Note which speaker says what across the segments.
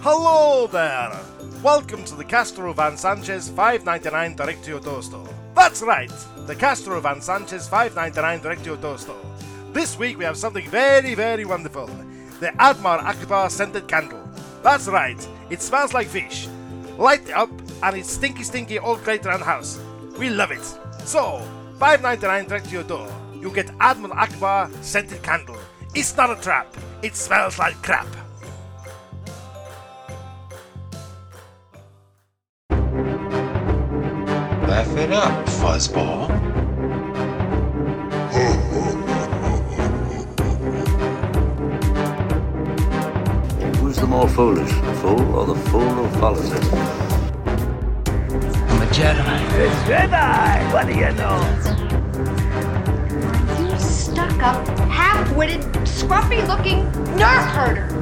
Speaker 1: Hello there! Welcome to the Castro Van Sanchez 599 Directio Tosto. That's right, the Castro Van Sanchez 599 Directio Tosto. This week we have something very, very wonderful the Admar Akbar scented candle. That's right, it smells like fish. Light it up, and it's stinky, stinky all great round house. We love it. So, 599 direct to your door. You get Admar Akbar scented candle. It's not a trap, it smells like crap.
Speaker 2: Laugh it up, fuzzball.
Speaker 3: Who's the more foolish, the fool or the fool who follows it?
Speaker 4: I'm a Jedi.
Speaker 5: You stuck up, half witted, scruffy looking nerf herder.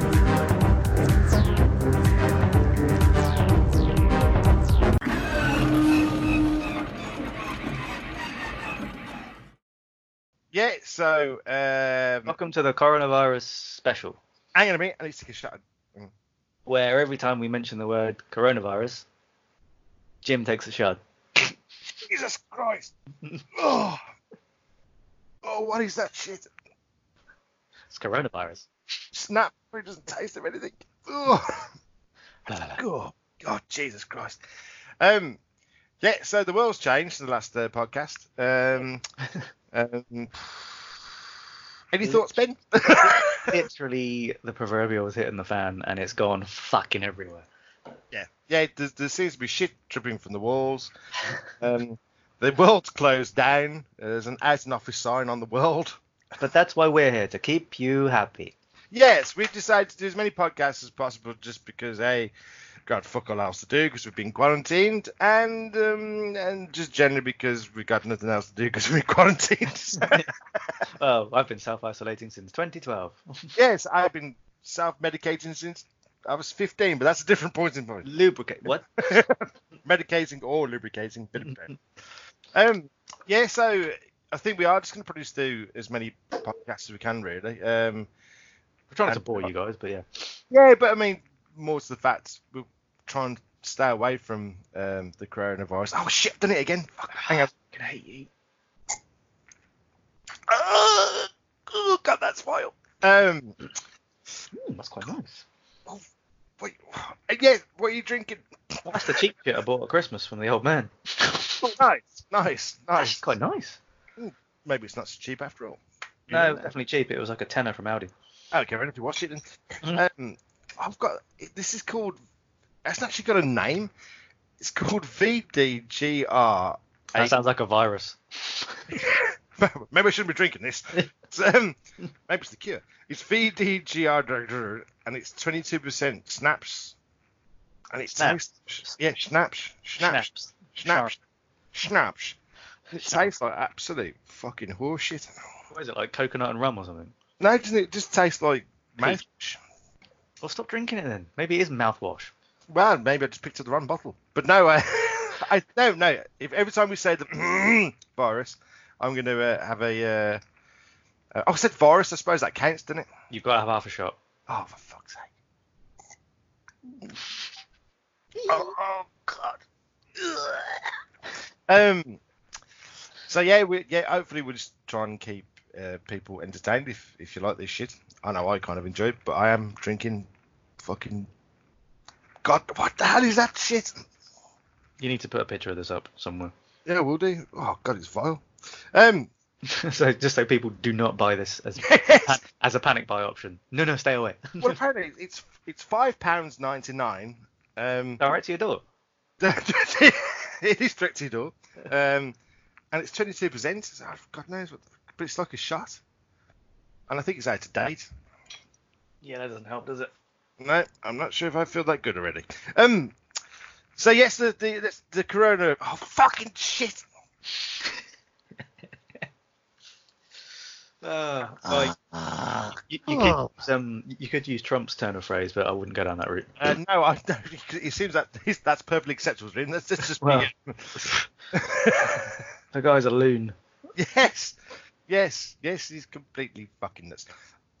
Speaker 1: Yeah, so um,
Speaker 4: Welcome to the coronavirus special,
Speaker 1: Oh, hang on a minute. I need to get shut.
Speaker 4: where every time we mention the word coronavirus, Jim takes a shot.
Speaker 1: Jesus Christ! oh. oh, what is that shit?
Speaker 4: It's coronavirus.
Speaker 1: Snap! It doesn't taste of anything. Oh. God, God, Jesus Christ. Um, yeah. So the world's changed since the last uh, podcast. Um, um, any thoughts, Ben?
Speaker 4: Literally, the proverbial is hitting the fan, and it's gone fucking everywhere.
Speaker 1: Yeah, yeah. There, there seems to be shit dripping from the walls. Um, the world's closed down. There's an out and office sign on the world.
Speaker 4: But that's why we're here to keep you happy.
Speaker 1: Yes, we've decided to do as many podcasts as possible, just because hey, got fuck all else to do because we've been quarantined, and um, and just generally because we got nothing else to do because we're quarantined.
Speaker 4: Well, I've been self isolating since 2012.
Speaker 1: yes, I've been self-medicating since I was 15, but that's a different point in point.
Speaker 4: Lubricate. What?
Speaker 1: medicating or lubricating. Bit of both. um, yeah, so I think we are just going to produce do as many podcasts as we can, really. Um,
Speaker 4: We're trying not to bore you guys, but yeah.
Speaker 1: yeah, but I mean, more to the fact, we'll try and stay away from um, the coronavirus. Oh shit, I've done it again. Fuck, hang on.
Speaker 4: Can hate you.
Speaker 1: Ah, oh god, that's wild. Um,
Speaker 4: Mm, that's quite nice.
Speaker 1: wait, yeah, what are you drinking?
Speaker 4: That's the cheap shit I bought at Christmas from the old man.
Speaker 1: Oh, nice, nice,
Speaker 4: That's
Speaker 1: nice.
Speaker 4: quite nice.
Speaker 1: Maybe it's not so cheap after all. Um,
Speaker 4: No, definitely cheap. It was like a tenner from Audi.
Speaker 1: Okay, we're gonna have to watch it then.
Speaker 4: Mm-hmm.
Speaker 1: Um, I've got this is called. It's actually got a name. It's called VDGR.
Speaker 4: That sounds like a virus.
Speaker 1: maybe I shouldn't be drinking this. It's, um, maybe it's the cure. It's VDGR and it's 22% snaps. And it's
Speaker 4: Snaps.
Speaker 1: tastes- yeah, snaps, snaps,
Speaker 4: Snaps.
Speaker 1: snaps, snaps. It tastes like absolute fucking horseshit.
Speaker 4: What is it like coconut and rum or something?
Speaker 1: No, doesn't it just taste like
Speaker 4: Peach.
Speaker 1: mouthwash?
Speaker 4: Well, stop drinking it then. Maybe it is mouthwash.
Speaker 1: Well, maybe I just picked up the wrong bottle. But no, I, I no no. If every time we say the virus, I'm going to uh, have a. Uh, uh, oh, I said virus. I suppose that counts, doesn't it?
Speaker 4: You've got to have half a shot.
Speaker 1: Oh, for fuck's sake! oh, oh god. um. So yeah, we yeah. Hopefully, we'll just try and keep uh, people entertained if if you like this shit. I know I kind of enjoy it, but I am drinking fucking. God, what the hell is that shit?
Speaker 4: You need to put a picture of this up somewhere.
Speaker 1: Yeah, we'll do. Oh god, it's vile. Um.
Speaker 4: so just so people do not buy this as as a panic buy option. No, no, stay away.
Speaker 1: Well, apparently it's it's five pounds ninety nine. Um.
Speaker 4: Direct to your door.
Speaker 1: it is direct to your door. Um, and it's 22%. So oh, God knows what. But it's like a shot. And I think it's out of date.
Speaker 4: Yeah, that doesn't help, does it?
Speaker 1: No, I'm not sure if I feel that good already. Um, so yes, the the, the, the corona. Oh fucking shit!
Speaker 4: Uh, like, you, you could, um, you could use Trump's turn of phrase, but I wouldn't go down that route.
Speaker 1: Uh, no, I no, it seems that that's perfectly acceptable to him. That's that's just
Speaker 4: Well.
Speaker 1: me.
Speaker 4: The guy's a loon.
Speaker 1: Yes, yes, yes. He's completely fucking nuts.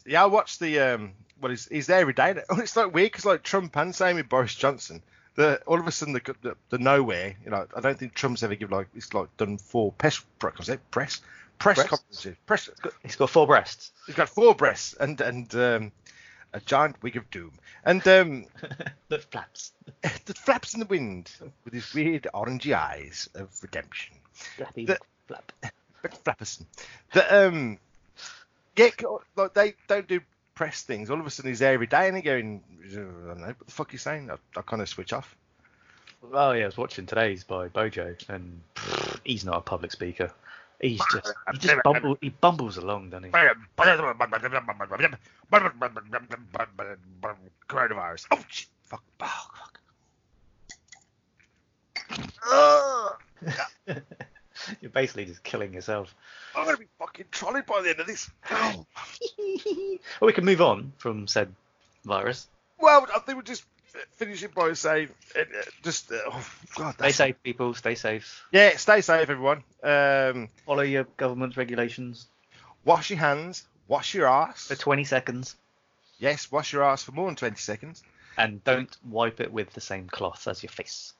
Speaker 1: Yeah, I watched the um. Well, he's, he's there every day. And It's like weird because like Trump and same with Boris Johnson. The all of a sudden the the, the nowhere. You know, I don't think Trump's ever given like it's like done four press press press press
Speaker 4: Press?
Speaker 1: conferences. Press.
Speaker 4: He's got four breasts.
Speaker 1: He's got four breasts and and um, a giant wig of doom and um,
Speaker 4: That flaps.
Speaker 1: the flaps in the wind with his weird orangey eyes of redemption.
Speaker 4: Flappy
Speaker 1: The-
Speaker 4: flap.
Speaker 1: Rick Flapperson. That um, yeah, co- like they don't do press things. All of a sudden he's there every day and he going, I don't know what the fuck he's saying. I, I kind of switch off.
Speaker 4: Oh yeah, I was watching today's by Bojo, and he's not a public speaker. He's just he just bumble, he bumbles along, doesn't he?
Speaker 1: Coronavirus. Oh shit! Fuck! Oh, fuck! Ugh,
Speaker 4: You're basically just killing yourself.
Speaker 1: I'm gonna be fucking trolled by the end of this.
Speaker 4: Well, we can move on from said virus.
Speaker 1: Well, I think we'll just f- finish it by saying, uh, uh, just uh, oh, God.
Speaker 4: Stay
Speaker 1: that's-
Speaker 4: safe, people. Stay safe.
Speaker 1: Yeah, stay safe, everyone. Um,
Speaker 4: Follow your government regulations.
Speaker 1: wash your hands. Wash your ass.
Speaker 4: For 20 seconds,
Speaker 1: Yes, wash your ass for more than 20 seconds.
Speaker 4: and don't wipe it with the same cloth as your face.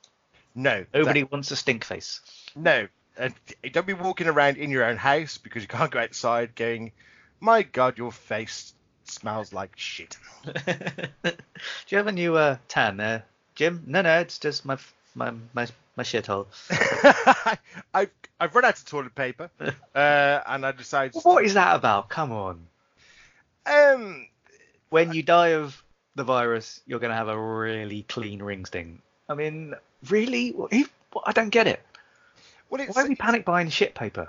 Speaker 1: No.
Speaker 4: Nobody wants a stink face.
Speaker 1: that- no. And don't be walking around in your own house because you can't go outside going, my God, your face smells like shit.
Speaker 4: Do you have a new uh, tan there, Jim? No, no, it's just my my my, my shithole.
Speaker 1: I've, I've run out of toilet paper uh, and I decided.
Speaker 4: What is that about? Come on.
Speaker 1: Um,
Speaker 4: When you die of the virus, you're going to have a really clean ring sting. I mean, really? What- he- what- I don't get it.
Speaker 1: well, it's,
Speaker 4: Why are we panic buying shit paper?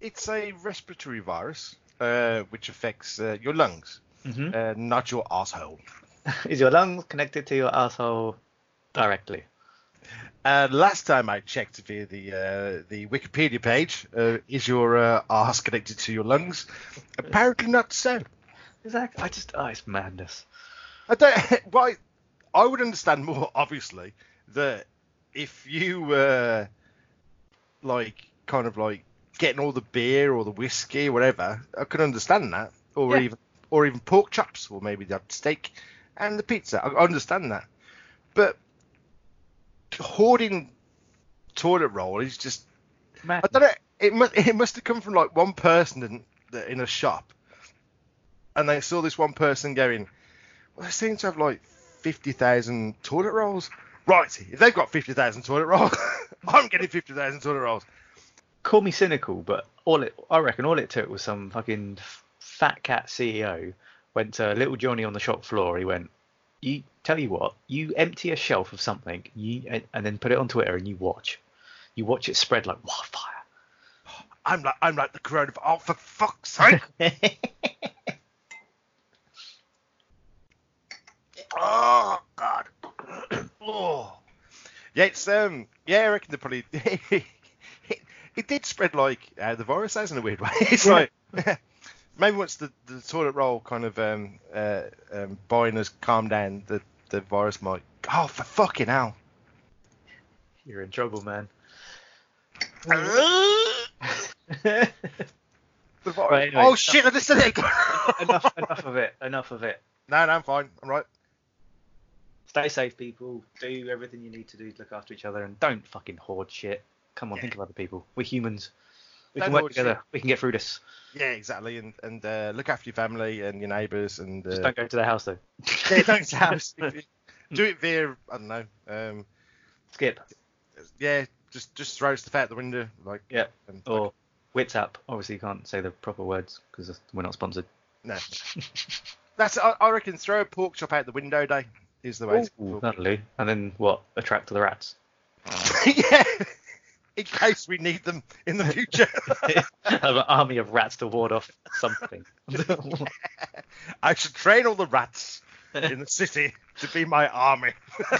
Speaker 1: it's a respiratory virus uh, which affects uh, your lungs,
Speaker 4: Mhm.
Speaker 1: uh, not your asshole.
Speaker 4: Is your lungs connected to your asshole directly?
Speaker 1: And last time I checked via the uh, the Wikipedia page, uh, is your uh, arse connected to your lungs? Apparently not so.
Speaker 4: Exactly. I just, oh, it's madness.
Speaker 1: I don't. Why? I would understand more obviously that if you were like kind of like getting all the beer or the whiskey, or whatever, I could understand that, or
Speaker 4: Yeah.
Speaker 1: even or even pork chops, or maybe the steak and the pizza. I I understand that, but hoarding toilet roll is just I
Speaker 4: Madness.
Speaker 1: don't know. It must it must have come from like one person in, that- in a shop, and they saw this one person going, "Well, they seem to have like fifty thousand toilet rolls." Right, if they've got fifty thousand toilet rolls, I'm getting fifty thousand toilet rolls.
Speaker 4: call me cynical, but all it I reckon all it took was some fucking f- fat cat CEO went to little Johnny on the shop floor. He went, "You tell you what, you empty a shelf of something, you and, and then put it on Twitter and you watch, you watch it spread like wildfire."
Speaker 1: I'm like I'm like the coronavirus. Oh, for fuck's sake! oh God. oh. Yeah, it's um. Yeah, I reckon they probably. it, it did spread like uh, the virus has in a weird way. It's
Speaker 4: Yeah.
Speaker 1: like maybe once the, the toilet roll kind of um uh um buying us calmed down, the the virus might. Oh for fucking hell!
Speaker 4: You're in trouble, man.
Speaker 1: The virus.
Speaker 4: Right, anyway,
Speaker 1: oh
Speaker 4: enough-
Speaker 1: shit! I just said it.
Speaker 4: enough, enough of it. Enough of it.
Speaker 1: no, no, I'm fine. I'm right.
Speaker 4: Stay safe, people. Do everything you need to do to look after each other, and don't fucking hoard shit. Come on, think of other people. We're humans. We
Speaker 1: Don't
Speaker 4: can work
Speaker 1: hoard
Speaker 4: together. We can get through this.
Speaker 1: Yeah, exactly. And and uh, look after your family and your neighbours and uh,
Speaker 4: Just don't go to their house though.
Speaker 1: Yeah, don't sound stupid. Do it via I don't know. Um,
Speaker 4: Skip
Speaker 1: yeah, just just throw stuff out the window like.
Speaker 4: Yeah.
Speaker 1: And,
Speaker 4: or wits up. Obviously, you can't say the proper words because we're not sponsored.
Speaker 1: no. That's I, I reckon throw a pork chop out the window day is the way. to go.
Speaker 4: Lovely. And then what? Attract the rats.
Speaker 1: yeah. In case we need them in the future.
Speaker 4: Have an army of rats to ward off something.
Speaker 1: I should train all the rats in the city to be my army,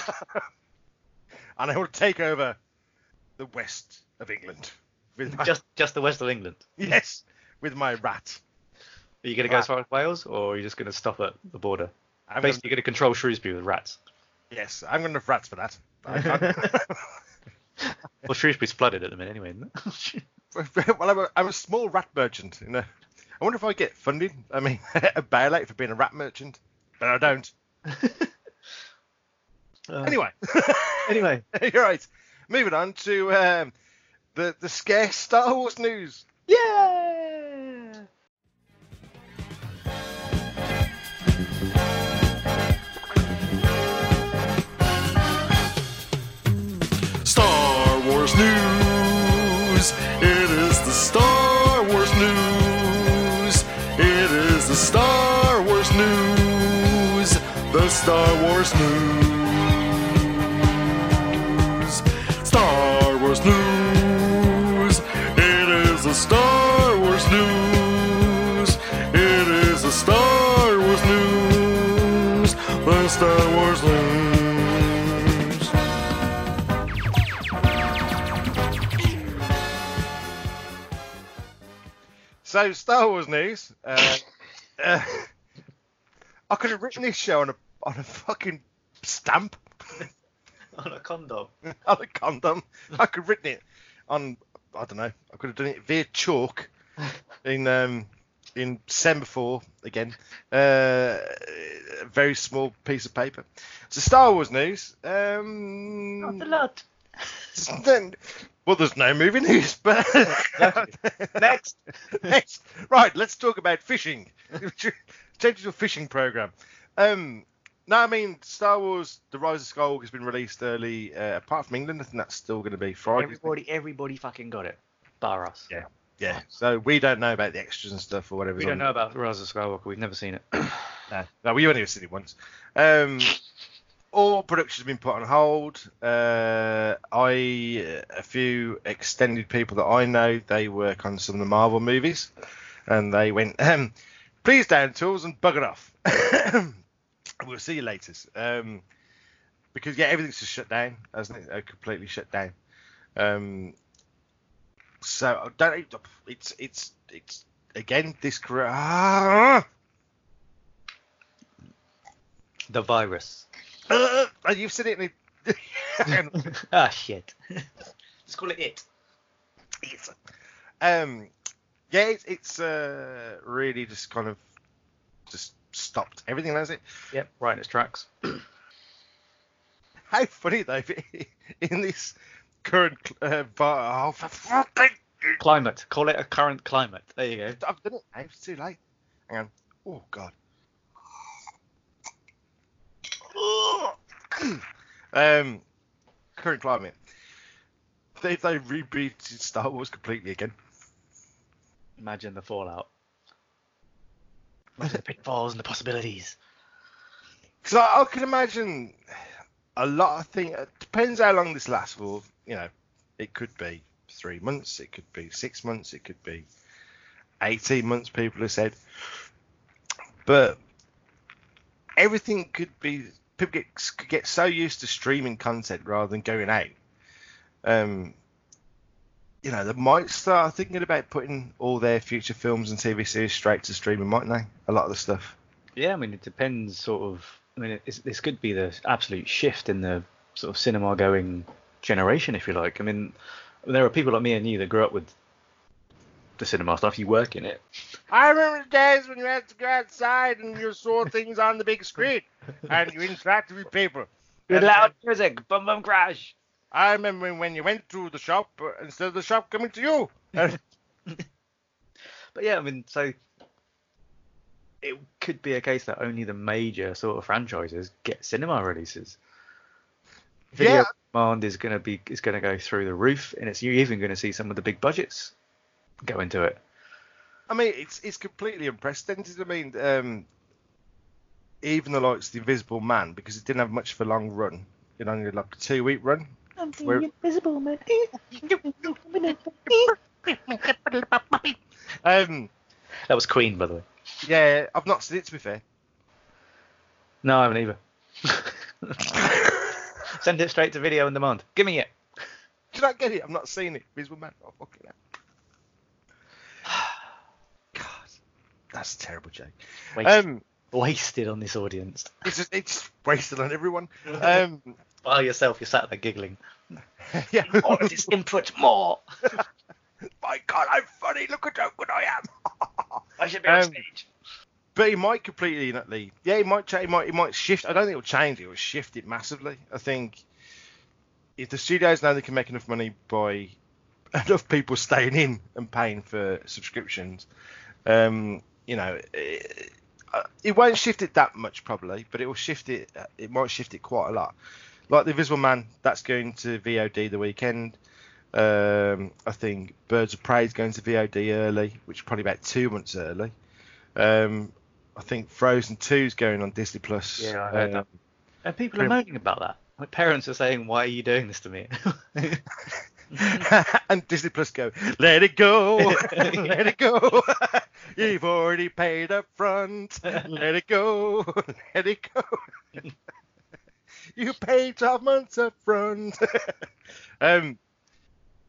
Speaker 1: and I will take over the west of England with my
Speaker 4: just, just the west of England.
Speaker 1: yes with my rat.
Speaker 4: Are you going to go as far as Wales, or are you just going to stop at the border?
Speaker 1: I'm gonna-
Speaker 4: Basically, you're going to control Shrewsbury with rats.
Speaker 1: Yes, I'm going to have rats for that. I can't-
Speaker 4: Well, Shrewsbury's flooded at the minute, anyway. Isn't it?
Speaker 1: well, I'm a, I'm a small rat merchant in a I wonder if I get funded. I mean, a bailout for being a rap merchant, but I don't.
Speaker 4: Uh,
Speaker 1: Anyway,
Speaker 4: anyway,
Speaker 1: you're right. Moving on to um, the the scarce Star Wars news.
Speaker 4: yeah.
Speaker 6: Star Wars news. It is the Star Wars news. It is the Star Wars news. The Star Wars news. Star Wars news. It is the Star Wars news. It is the Star Wars news. The Star Wars news.
Speaker 1: So Star Wars news. Uh, uh, I could have written this show on a on a fucking stamp
Speaker 4: On a condom.
Speaker 1: on a condom. I could have written it on I don't know. I could have done it via chalk in um in semaphore again. Uh, a very small piece of paper. So Star Wars news. Um,
Speaker 4: Not a lot.
Speaker 1: then, well, there's no movie news, but
Speaker 4: Next.
Speaker 1: Next. Right, let's talk about fishing. Change to a fishing program. Um, no, I mean Star Wars: The Rise of Skywalker has been released early, uh, apart from England. I think that's still going to be Friday. isn't it?
Speaker 4: Everybody, everybody fucking got it. Bar us.
Speaker 1: Yeah. Yeah. So we don't know about the extras and stuff or whatever.
Speaker 4: We don't know about Rise of Skywalker. We've never seen it.
Speaker 1: No, no, we only seen it once. Um, all production's been put on hold. Uh, I, a few extended people that I know, they work on some of the Marvel movies, and they went, um, "Please down tools and bugger off. we'll see you later." Um, because yeah, everything's just shut down, hasn't it? Uh, completely shut down. Um, so I don't. It's it's it's again this career. Ah!
Speaker 4: The virus.
Speaker 1: Uh, you've said it. In Um, a...
Speaker 4: ah shit. Let's call it it.
Speaker 1: um, yeah, it's, it's uh, really just kind of just stopped everything, has it?
Speaker 4: Yep. Right in its tracks.
Speaker 1: How funny though, in this current uh, bar. Oh, for fucking...
Speaker 4: Climate. Call it a current climate. There you go.
Speaker 1: I've done it. now, It's too late. Hang on. Oh god. um, current climate. They they rebooted Star Wars completely again.
Speaker 4: Imagine the fallout. Imagine the pitfalls and the possibilities.
Speaker 1: Because I, I can imagine a lot of things. It depends how long this lasts for. You know, it could be three months, it could be six months, it could be 18 months, people have said. But everything could be. People get, could get so used to streaming content rather than going out. Um, you know, they might start thinking about putting all their future films and TV series straight to streaming, mightn't they? A lot of the stuff.
Speaker 4: Yeah, I mean, it depends, sort of. I mean, it's, this could be the absolute shift in the sort of cinema going generation, if you like. I mean, there are people like me and you that grew up with the cinema stuff. You work in it.
Speaker 1: I remember the days when you had to go outside and you saw things on the big screen and you interacted with people. And
Speaker 4: music, bum bum crash.
Speaker 1: I remember when you went to the shop uh, instead of the shop coming to you. And
Speaker 4: But yeah, I mean, so it could be a case that only the major sort of franchises get cinema releases. Video
Speaker 1: Yeah.
Speaker 4: demand is going to be is going to go through the roof, and it's you're even going to see some of the big budgets go into it.
Speaker 1: I mean, it's it's completely unprecedented. I mean, um, even the likes of the Invisible Man because it didn't have much of a long run. It only had like a two week run. Where- um,
Speaker 4: That was Queen, by the way.
Speaker 1: yeah, I've not seen it to be fair.
Speaker 4: No, I haven't either. Send it straight to video on demand. Give me it.
Speaker 1: Did I get it? I've not seen it. Invisible Man. Oh, fucking hell. God, that's a terrible joke.
Speaker 4: Waste,
Speaker 1: Um,
Speaker 4: wasted on this audience.
Speaker 1: it's just it's just wasted on everyone. Um,
Speaker 4: By yourself, you're sat there giggling.
Speaker 1: yeah.
Speaker 4: All of this input, more.
Speaker 1: My God, I'm funny. Look at how good I am.
Speaker 7: I should be on
Speaker 1: Um,
Speaker 7: stage.
Speaker 1: But he might completely and utterly. Yeah, he might. Cha- he might. He might shift. I don't think it'll change. It will shift it massively. I think if the studios know they can make enough money by enough people staying in and paying for subscriptions, um, you know, it, uh, it won't shift it that much probably, but it will shift it. uh, It might shift it quite a lot. Like the Invisible Man, that's going to VOD the weekend. Um, I think Birds of Prey is going to VOD early, which is probably about two months early. Um, I think Frozen 2 is going on Disney Plus.
Speaker 4: Yeah, I heard
Speaker 1: um,
Speaker 4: that. And people
Speaker 1: Pretty-
Speaker 4: are moaning about that. My parents are saying, "Why are you doing this to me?"
Speaker 1: Um, and Disney Plus go, let it go, let it go. You've already paid up front. Let it go, let it go. you paid 12 months up front. um,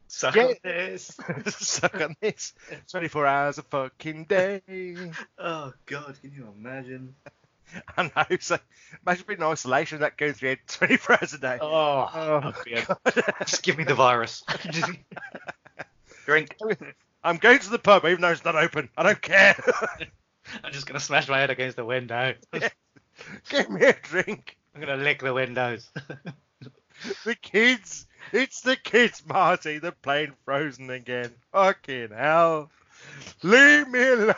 Speaker 4: Suck
Speaker 1: Yeah.
Speaker 4: on this.
Speaker 1: suck on this. 24 hours a fucking day.
Speaker 4: Oh God, can you imagine?
Speaker 1: I know. So imagine being in isolation that goes through 24 hours a day.
Speaker 4: Oh, just give me the virus. Drink.
Speaker 1: I'm going to the pub even though it's not open. I don't care.
Speaker 4: I'm just gonna smash my head against the window.
Speaker 1: Give me a drink.
Speaker 4: I'm gonna lick the windows.
Speaker 1: The kids. It's the kids, Marty. They're playing Frozen again. Fucking hell. Leave me alone.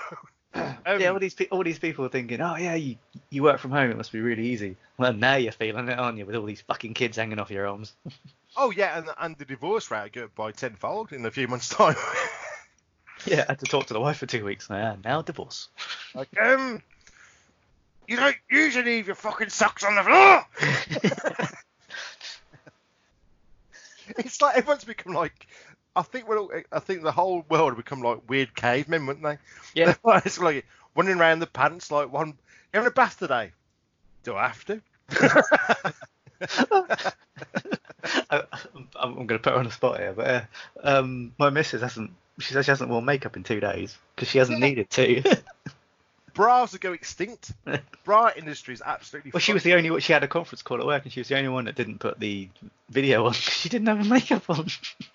Speaker 1: Um,
Speaker 4: yeah, all these pe- all these people are thinking, oh yeah, you you work from home, it must be really easy. Well, now you're feeling it, aren't you, with all these fucking kids hanging off your arms?
Speaker 1: oh, yeah, and, and the divorce rate go up by tenfold in a few months' time.
Speaker 4: yeah, I had to talk to the wife for two weeks. Now, now divorce.
Speaker 1: like, um, you don't usually leave your fucking socks on the floor. it's like everyone's become like. I think we're all, I think the whole world have become like weird cavemen, wouldn't they?
Speaker 4: Yeah.
Speaker 1: it's like running around the pants like one. You having a bath today? Do I have to?
Speaker 4: I, I'm, I'm going to put her on the spot here, but uh, um, my missus hasn't. She says she hasn't worn makeup in two days because she hasn't needed to.
Speaker 1: Bras will go extinct. Bra industry is absolutely.
Speaker 4: well, she was
Speaker 1: fucked.
Speaker 4: the only. one. She had a conference call at work, and she was the only one that didn't put the video on. She didn't have her makeup on.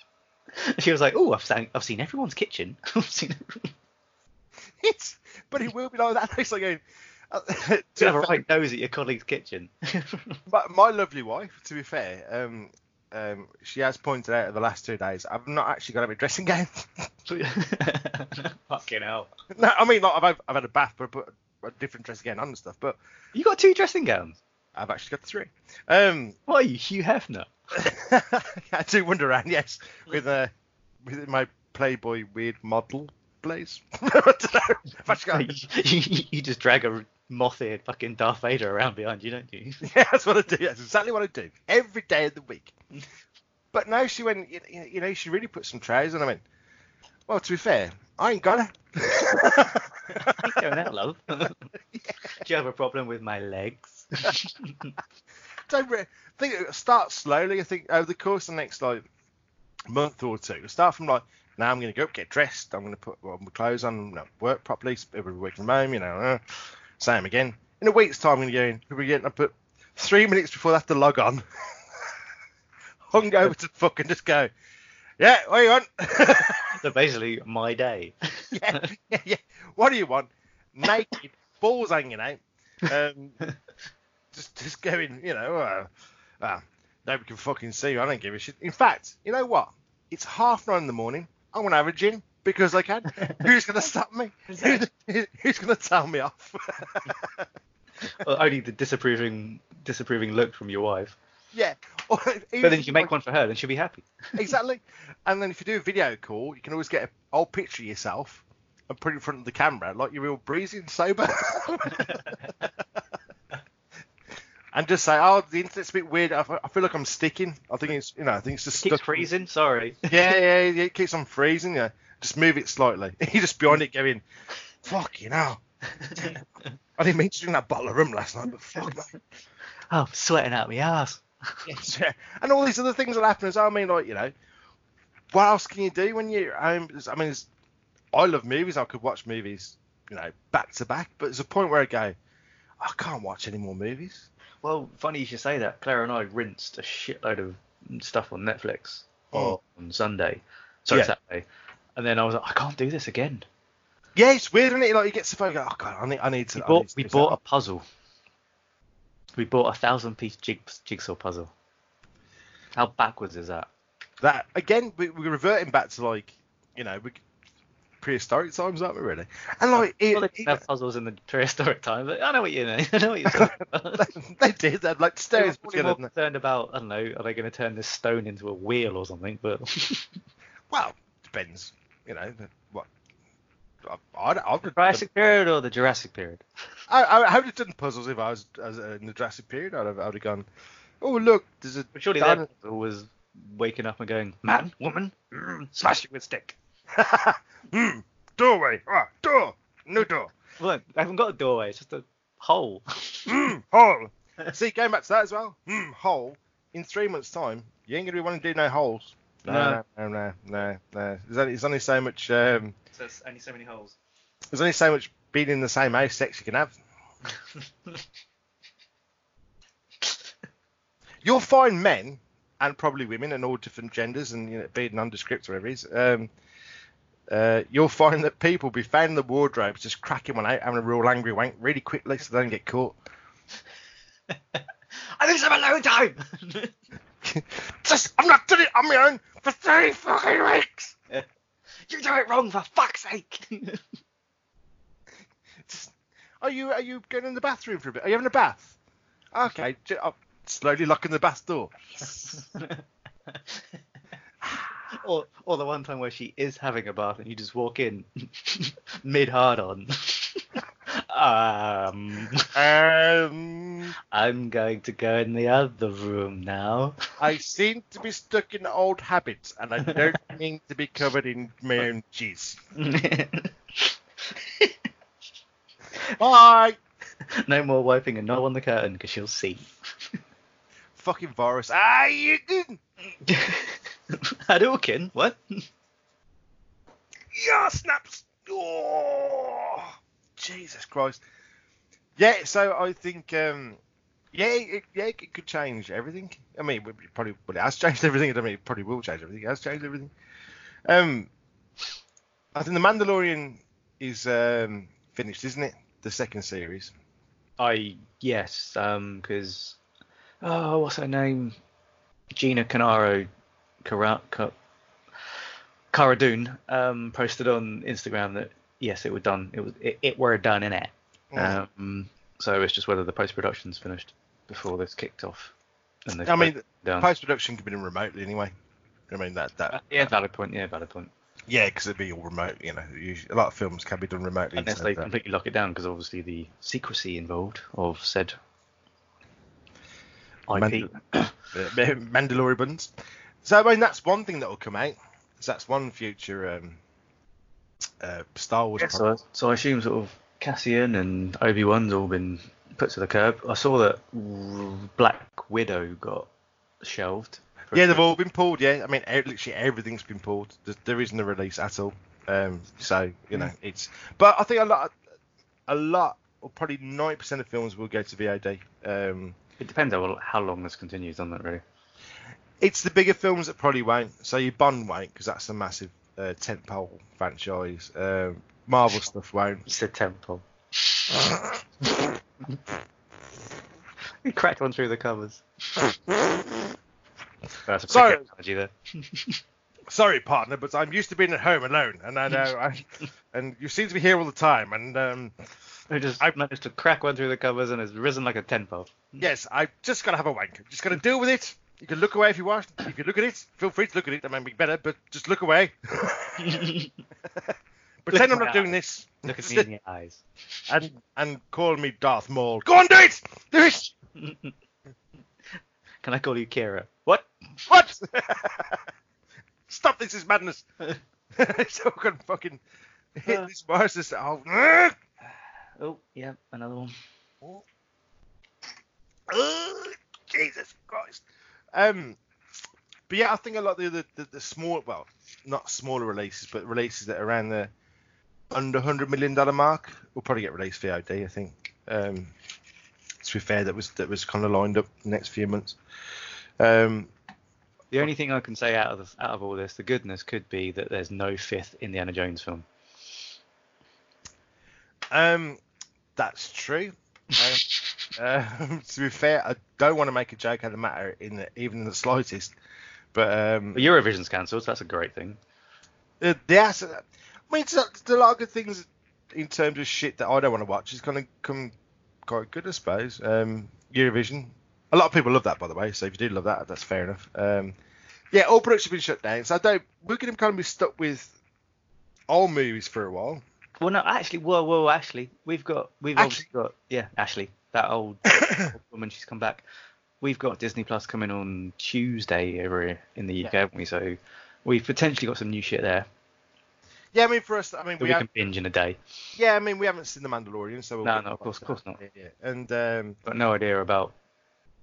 Speaker 4: she was like, "Oh, I've seen, I've seen everyone's kitchen. I've seen everyone.
Speaker 1: It's- but it will be like that. It's like going. uh,
Speaker 4: You
Speaker 1: to
Speaker 4: have a
Speaker 1: affect-
Speaker 4: right nose at your colleague's kitchen."
Speaker 1: my, my lovely wife, to be fair, um, um, she has pointed out over the last two days, I've not actually got out of my dressing gown.
Speaker 4: Fucking hell!
Speaker 1: no, I mean, like, I've, had- I've had a bath, but I put a different dressing gown on and stuff, but
Speaker 4: You got two dressing gowns.
Speaker 1: I've actually got three. Um,
Speaker 4: Why are you Hugh Hefner?
Speaker 1: I do wander around, yes, with, uh, with my Playboy weird model blaze. I don't know. I've actually got-
Speaker 4: you, you- you just drag a moth-eared fucking Darth Vader around behind you, don't you?
Speaker 1: Yeah, that's what I do. That's exactly what I do every day of the week. But now she went, you- you know, she really put some trousers on. I went, well, to be fair, I ain't gonna.
Speaker 4: going out, love. Do you have a problem with my legs?
Speaker 1: Don't re- think it'll start slowly. I think over the course of the next like month or two, it'll start from like now I'm gonna go up, get dressed. I'm gonna put well, my clothes on, you know, work properly. Every week from home, you know. Uh, same again. In a week's time, I'm gonna go in. We're getting up at three minutes before I have to log on. Hung over to fucking just go. Yeah, what do you want?
Speaker 4: so basically, my day.
Speaker 1: yeah, yeah, yeah. What do you want? Naked, balls hanging out. Um, just, just going, you know, uh, uh, nobody can fucking see you. I don't give a shit. In fact, you know what? It's half nine in the morning. I'm gonna have a gin because I can. Who's gonna stop me? Who's, who's gonna tell me off?
Speaker 4: Well, only the disapproving, disapproving look from your wife.
Speaker 1: yeah. Or
Speaker 4: But
Speaker 1: even
Speaker 4: then
Speaker 1: if
Speaker 4: you make one for her, then she'll be happy.
Speaker 1: exactly. And then if you do a video call, you can always get an old picture of yourself and put it in front of the camera, like you're real breezy and sober. and just say, oh, the internet's a bit weird. I, fe- I feel like I'm sticking. I think it's, you know, I think it's just
Speaker 4: Keeps
Speaker 1: stuck.
Speaker 4: freezing. Sorry.
Speaker 1: Yeah, yeah, yeah. It keeps on freezing. Yeah. Just move it slightly. You're just behind it going, fucking hell. I didn't mean to drink that bottle of rum last night, but fuck, man.
Speaker 4: Oh, I'm sweating out my ass.
Speaker 1: Yes, yeah. And all these other things that happen is, I mean, like, you know, what else can you do when you're at home? It's- I mean, it's, I love movies. I could watch movies, you know, back to back. But there's a point where I go, I can't watch any more movies.
Speaker 4: Well, funny you should say that. Claire and I rinsed a shitload of stuff on Netflix Hmm. on Sunday, sorry
Speaker 1: Yeah.
Speaker 4: Saturday, and then I was like, I can't do this again.
Speaker 1: Yeah, it's weird, isn't it? Like he gets the phone. Go, oh god, I need, I need to.
Speaker 4: We
Speaker 1: I need
Speaker 4: bought,
Speaker 1: to
Speaker 4: we
Speaker 1: do
Speaker 4: bought a
Speaker 1: something."
Speaker 4: puzzle. We bought a thousand piece jig, jigsaw puzzle. How backwards is that?
Speaker 1: that again. We, we're reverting back to like, you know, we, prehistoric times, aren't we? Really? And like, it,
Speaker 4: Well, they didn't
Speaker 1: it-
Speaker 4: have puzzles in the prehistoric time, but I know what you mean. I know what you're talking about.
Speaker 1: they did. They'd like
Speaker 4: They were
Speaker 1: stairs
Speaker 4: probably more
Speaker 1: together. and-
Speaker 4: concerned about, I don't know, are they going to turn this stone into a wheel or something? But
Speaker 1: Well, depends. You know the- what. I, I, I, would-
Speaker 4: Jurassic period or the Jurassic period?
Speaker 1: I, I, I would have done puzzles if I was as, uh, in the Jurassic period. I'd have, I'd have gone. Oh look, there's a
Speaker 4: But surely
Speaker 1: dino-"
Speaker 4: that was waking up and going, man, woman, mm, smash it with stick.
Speaker 1: Hmm, doorway. Ah, door. No door.
Speaker 4: Look, I haven't got a doorway. It's just a hole.
Speaker 1: Mm, hole. See, going back to that as well. Mm, hole. In three months' time, you ain't gonna be wanting to do no holes. No, no, no, no, no. There's only, there's only so much. Um,
Speaker 4: So it's only so many holes.
Speaker 1: there's only so much being in the same house sex you can have. You'll find men and probably women and all different genders and you know, being nondescript or whatever it is. Um, uh, you'll find that people be found in the wardrobes just cracking one out, having a real angry wank really quickly so they don't get caught.
Speaker 4: I lose them alone time!
Speaker 1: Just, I've not done it on my own for three fucking weeks.
Speaker 4: you do it wrong for fuck's sake!
Speaker 1: Just, are you are you going in the bathroom for a bit? Are you having a bath? Okay, j- I'm slowly locking the bath door.
Speaker 4: or, or the one time where she is having a bath and you just walk in mid hard on. um,
Speaker 1: Um,
Speaker 4: I'm going to go in the other room now.
Speaker 1: I seem to be stuck in old habits, and I don't mean to be covered in my own jizz. Bye.
Speaker 4: no more wiping a knob on the curtain because she'll see.
Speaker 1: Fucking virus. Ah, you didn't.
Speaker 4: Hadouken, what?
Speaker 1: Yeah, snaps. Oh, Jesus Christ. Yeah, so I think, um, yeah, it, yeah, it could change everything. I mean, it would- it probably, well, it has changed everything. I mean, it probably will change everything. It has changed everything. Um, I think the Mandalorian is um finished, isn't it? The second series.
Speaker 4: I yes, um, because oh, what's her name? Gina Canaro, Cara, Ca- Cara Dune, um, posted on Instagram that yes, it were done. It was it, it were done in it.
Speaker 1: Mm.
Speaker 4: Um, so it's just whether the post production's finished before this kicked off. And they've
Speaker 1: I mean,
Speaker 4: both done.
Speaker 1: Post production could be done remotely anyway. I mean that that
Speaker 4: yeah, valid point. Yeah, valid point.
Speaker 1: yeah, because it'd be all remote. You know, usually, a lot of films can be done remotely.
Speaker 4: Unless
Speaker 1: so
Speaker 4: they
Speaker 1: that-
Speaker 4: completely lock it down, because obviously the secrecy involved of said IP.
Speaker 1: Uh, Mandalorian buns. So I mean, that's one thing that will come out. 'cause that's one future um, uh, Star Wars.
Speaker 4: So, I- so I assume sort of Cassian and Obi Wan's all been put to the curb. I saw that R- Black Widow got shelved. for-
Speaker 1: yeah, they've all been pulled. Yeah, I mean, e- literally everything's been pulled. There, there isn't a release at all. Um, so you know, it's. But I think a lot, a lot, or probably ninety percent of films will go to VOD. Um,
Speaker 4: It depends on how long this continues, doesn't it? Really.
Speaker 1: it's the bigger films that probably won't. So your Bond won't because that's a massive uh, tentpole franchise. Um, Marvel stuff won't.
Speaker 4: It's a temple. he cracked one through the covers. That's a pretty
Speaker 1: Sorry.
Speaker 4: good analogy there.
Speaker 1: sorry partner but i'm used to being at home alone and i know I, and you seem to be here all the time and um,
Speaker 4: I just I managed to crack one through the covers and it's risen like a temple.
Speaker 1: yes i just gotta have a wank just gotta deal with it you can look away if you want if you look at it feel free to look at it that might be better but just look away pretend i'm
Speaker 4: my
Speaker 1: not doing
Speaker 4: eyes.
Speaker 1: this
Speaker 4: Look at me in the eyes.
Speaker 1: and and call me darth maul go on do it do it
Speaker 4: Can I call you Kira? What?
Speaker 1: what stop this is madness so i can fucking hit this virus this oh
Speaker 4: Oh, yeah, another one.
Speaker 1: Ugh, Jesus Christ. Um, but yeah, I think a lot of the, the the small, well, not smaller releases, but releases that are around the under hundred million dollar mark will probably get released VOD. I think. Um, to be fair, that was that was kind of lined up the next few months. Um,
Speaker 4: The only thing I can say out of this, out of all this, the goodness could be that there's no fifth Indiana Jones film.
Speaker 1: Um, that's true. Um, um, to be fair, I don't want to make a joke out of the matter in the, even in the slightest, but um,
Speaker 4: But Eurovision's cancelled, so that's a great thing.
Speaker 1: the, the ass. I mean, it's, not- there's a lot of good things in terms of shit that I don't want to watch. It's going to come quite good, I suppose. Um, Eurovision. A lot of people love that, by the way. So if you do love that, that's fair enough. Um, yeah, all production been shut down, so I don't. We're going to kind of be stuck with old movies for a while.
Speaker 4: Well, no, actually, whoa, whoa, Ashley, we've got, we've
Speaker 1: Ashley.
Speaker 4: obviously got, yeah, Ashley, that old, old woman, she's come back. We've got Disney Plus coming on Tuesday over here in the UK, haven't we? So we've potentially got some new shit there
Speaker 1: Yeah, I mean for us, I mean
Speaker 4: that
Speaker 1: we,
Speaker 4: we,
Speaker 1: have,
Speaker 4: can binge in a day.
Speaker 1: yeah, I mean we haven't seen the Mandalorian, so we'll
Speaker 4: No,
Speaker 1: get
Speaker 4: no, of course, of
Speaker 1: back to
Speaker 4: course not.
Speaker 1: that. Yeah, yeah. and um,
Speaker 4: Got no idea about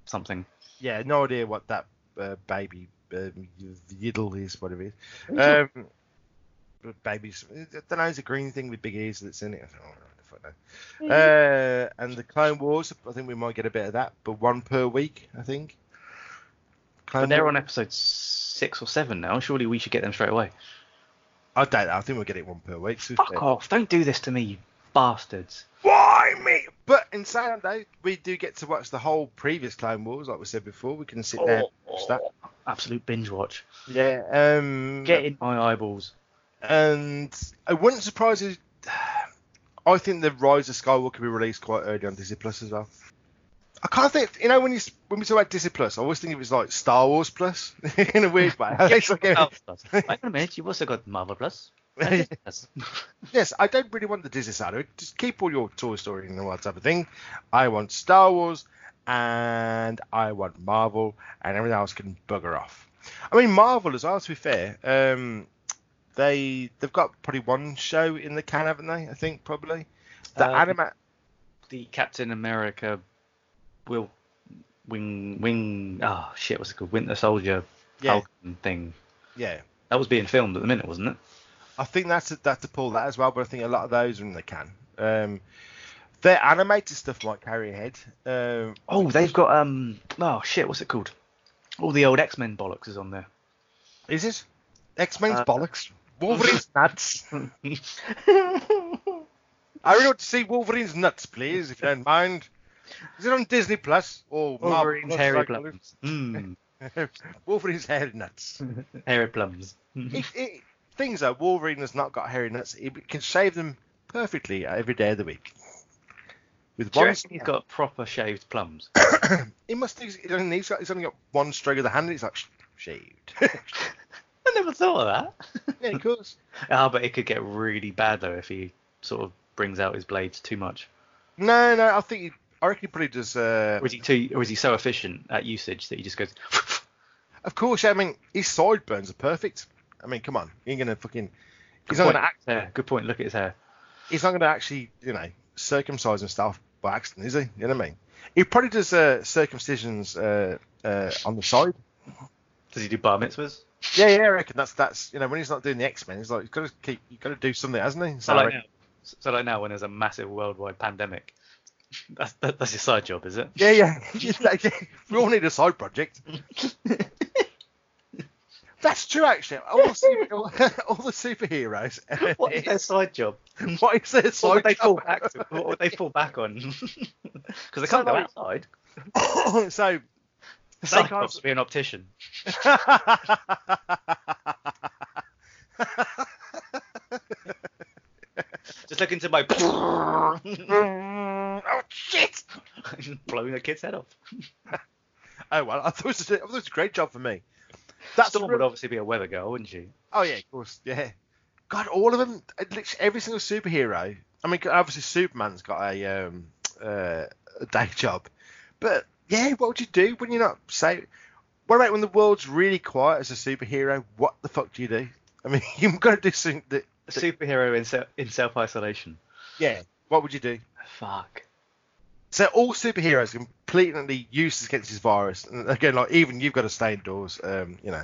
Speaker 4: something.
Speaker 1: yeah, no idea what that uh, baby um, yiddle is, whatever it is. Um, but babies, I don't know, it's a green thing with big ears that's in it. I don't know what the fuck that- Uh, and the Clone Wars, I think we might get a bit of that, but one per week, I think. Clone
Speaker 4: But they're
Speaker 1: Wars-
Speaker 4: on episode six or seven now. Surely we should get them straight away.
Speaker 1: I doubt that. I think we'll get it one per week. so-
Speaker 4: Fuck off! Don't do this to me, you bastards.
Speaker 1: Why me? But in saying that, we do get to watch the whole previous Clone Wars, like we said before. We can sit
Speaker 4: Oh.
Speaker 1: there and watch that.
Speaker 4: Absolute binge watch.
Speaker 1: Yeah. Um,
Speaker 4: Get in my eyeballs.
Speaker 1: and I wouldn't surprise you. I think the Rise of Skywalker will be released quite early on Disney Plus as well. I can't think. You know, when you s- when we talk about Disney Plus, I always think it was like Star Wars Plus in a weird way. It's like a-
Speaker 4: Oh, Wait a minute, you've also got Marvel Plus. and Disney Plus.
Speaker 1: yes, I don't really want the Disney side of it. Just keep all your Toy Story and all that type of thing. I want Star Wars and I want Marvel, and everything else can bugger off. I mean, Marvel as well. To be fair, um, they they've got probably one show in the can, haven't they? I think probably the
Speaker 4: Um,
Speaker 1: anima-
Speaker 4: the Captain America will wing wing oh shit what's it called Winter Soldier
Speaker 1: Yeah.
Speaker 4: Falcon thing
Speaker 1: Yeah,
Speaker 4: that was being filmed at the minute wasn't it
Speaker 1: I think that's that's to pull that as well. But I think a lot of those are in the can. Um, their animated stuff might carry ahead. Um,
Speaker 4: oh they've got um oh shit what's it called all the old X Men bollocks is on there
Speaker 1: is it X Men's
Speaker 4: Uh,
Speaker 1: bollocks? Wolverine's nuts. I really want to see Wolverine's nuts, please, if you don't mind. Is it on Disney Plus or Marvel
Speaker 4: Wolverine's
Speaker 1: Plus,
Speaker 4: hairy
Speaker 1: like-
Speaker 4: plums mm,
Speaker 1: Wolverine's hairy nuts.
Speaker 4: hairy plums
Speaker 1: it, it, things like Wolverine has not got hairy nuts. He can shave them perfectly every day of the week. With
Speaker 4: do you
Speaker 1: one,
Speaker 4: reckon he's got proper shaved plums
Speaker 1: he must. He's, he's only got, he's only got one stroke of the hand. And he's like "Sh- shaved.
Speaker 4: I never thought of that
Speaker 1: yeah, of course.
Speaker 4: ah but it could get really bad though if he sort of brings out his blades too much
Speaker 1: No, no. I think. He, I reckon he probably does. Uh,
Speaker 4: or is he too or is he so efficient at usage that he just goes
Speaker 1: Of course, yeah, I mean, his sideburns are perfect. I mean, come on, he ain't gonna fucking. He's not gonna, act,
Speaker 4: hair. Good point. Look at his hair.
Speaker 1: he's not gonna actually, you know, circumcise himself by accident, is he? You know what I mean? He probably does uh, circumcisions uh, uh, on the side.
Speaker 4: Does he do bar mitzvahs?
Speaker 1: Yeah, yeah, I reckon that's that's you know when he's not doing the X Men, he's like he's gotta keep, you gotta do something, hasn't he? So
Speaker 4: So
Speaker 1: I
Speaker 4: like
Speaker 1: reckon-
Speaker 4: now, so like now when there's a massive worldwide pandemic, that's that, that's your side job, is it?
Speaker 1: Yeah, yeah. It's like, yeah, we all need a side project. That's true, actually. All the, super, all, the superheroes.
Speaker 4: What is their side job?
Speaker 1: what is their
Speaker 4: What
Speaker 1: side
Speaker 4: would they fall
Speaker 1: job?
Speaker 4: back to? What would they fall back on? Because they can't go
Speaker 1: like-
Speaker 4: outside.
Speaker 1: so
Speaker 4: They
Speaker 1: can't-
Speaker 4: can't be an optician. Just look into my.
Speaker 1: oh shit!
Speaker 4: blowing a kid's head off.
Speaker 1: Oh well, I thought it was a, I thought it was a great job for me. That's
Speaker 4: Storm
Speaker 1: real-
Speaker 4: would obviously be a weather girl, wouldn't she?
Speaker 1: Oh yeah, of course, yeah. God, all of them, uh, literally every single superhero. I mean, obviously Superman's got a um uh, a day job, but yeah, what would you do when you're not say? What about when the world's really quiet as a superhero? What the fuck do you do? I mean, you've got to do something that.
Speaker 4: A superhero in se- in self isolation.
Speaker 1: Yeah. What would you do?
Speaker 4: Fuck.
Speaker 1: So all superheroes are completely useless against this virus. And again, like even you've got to stay indoors. Um, you know,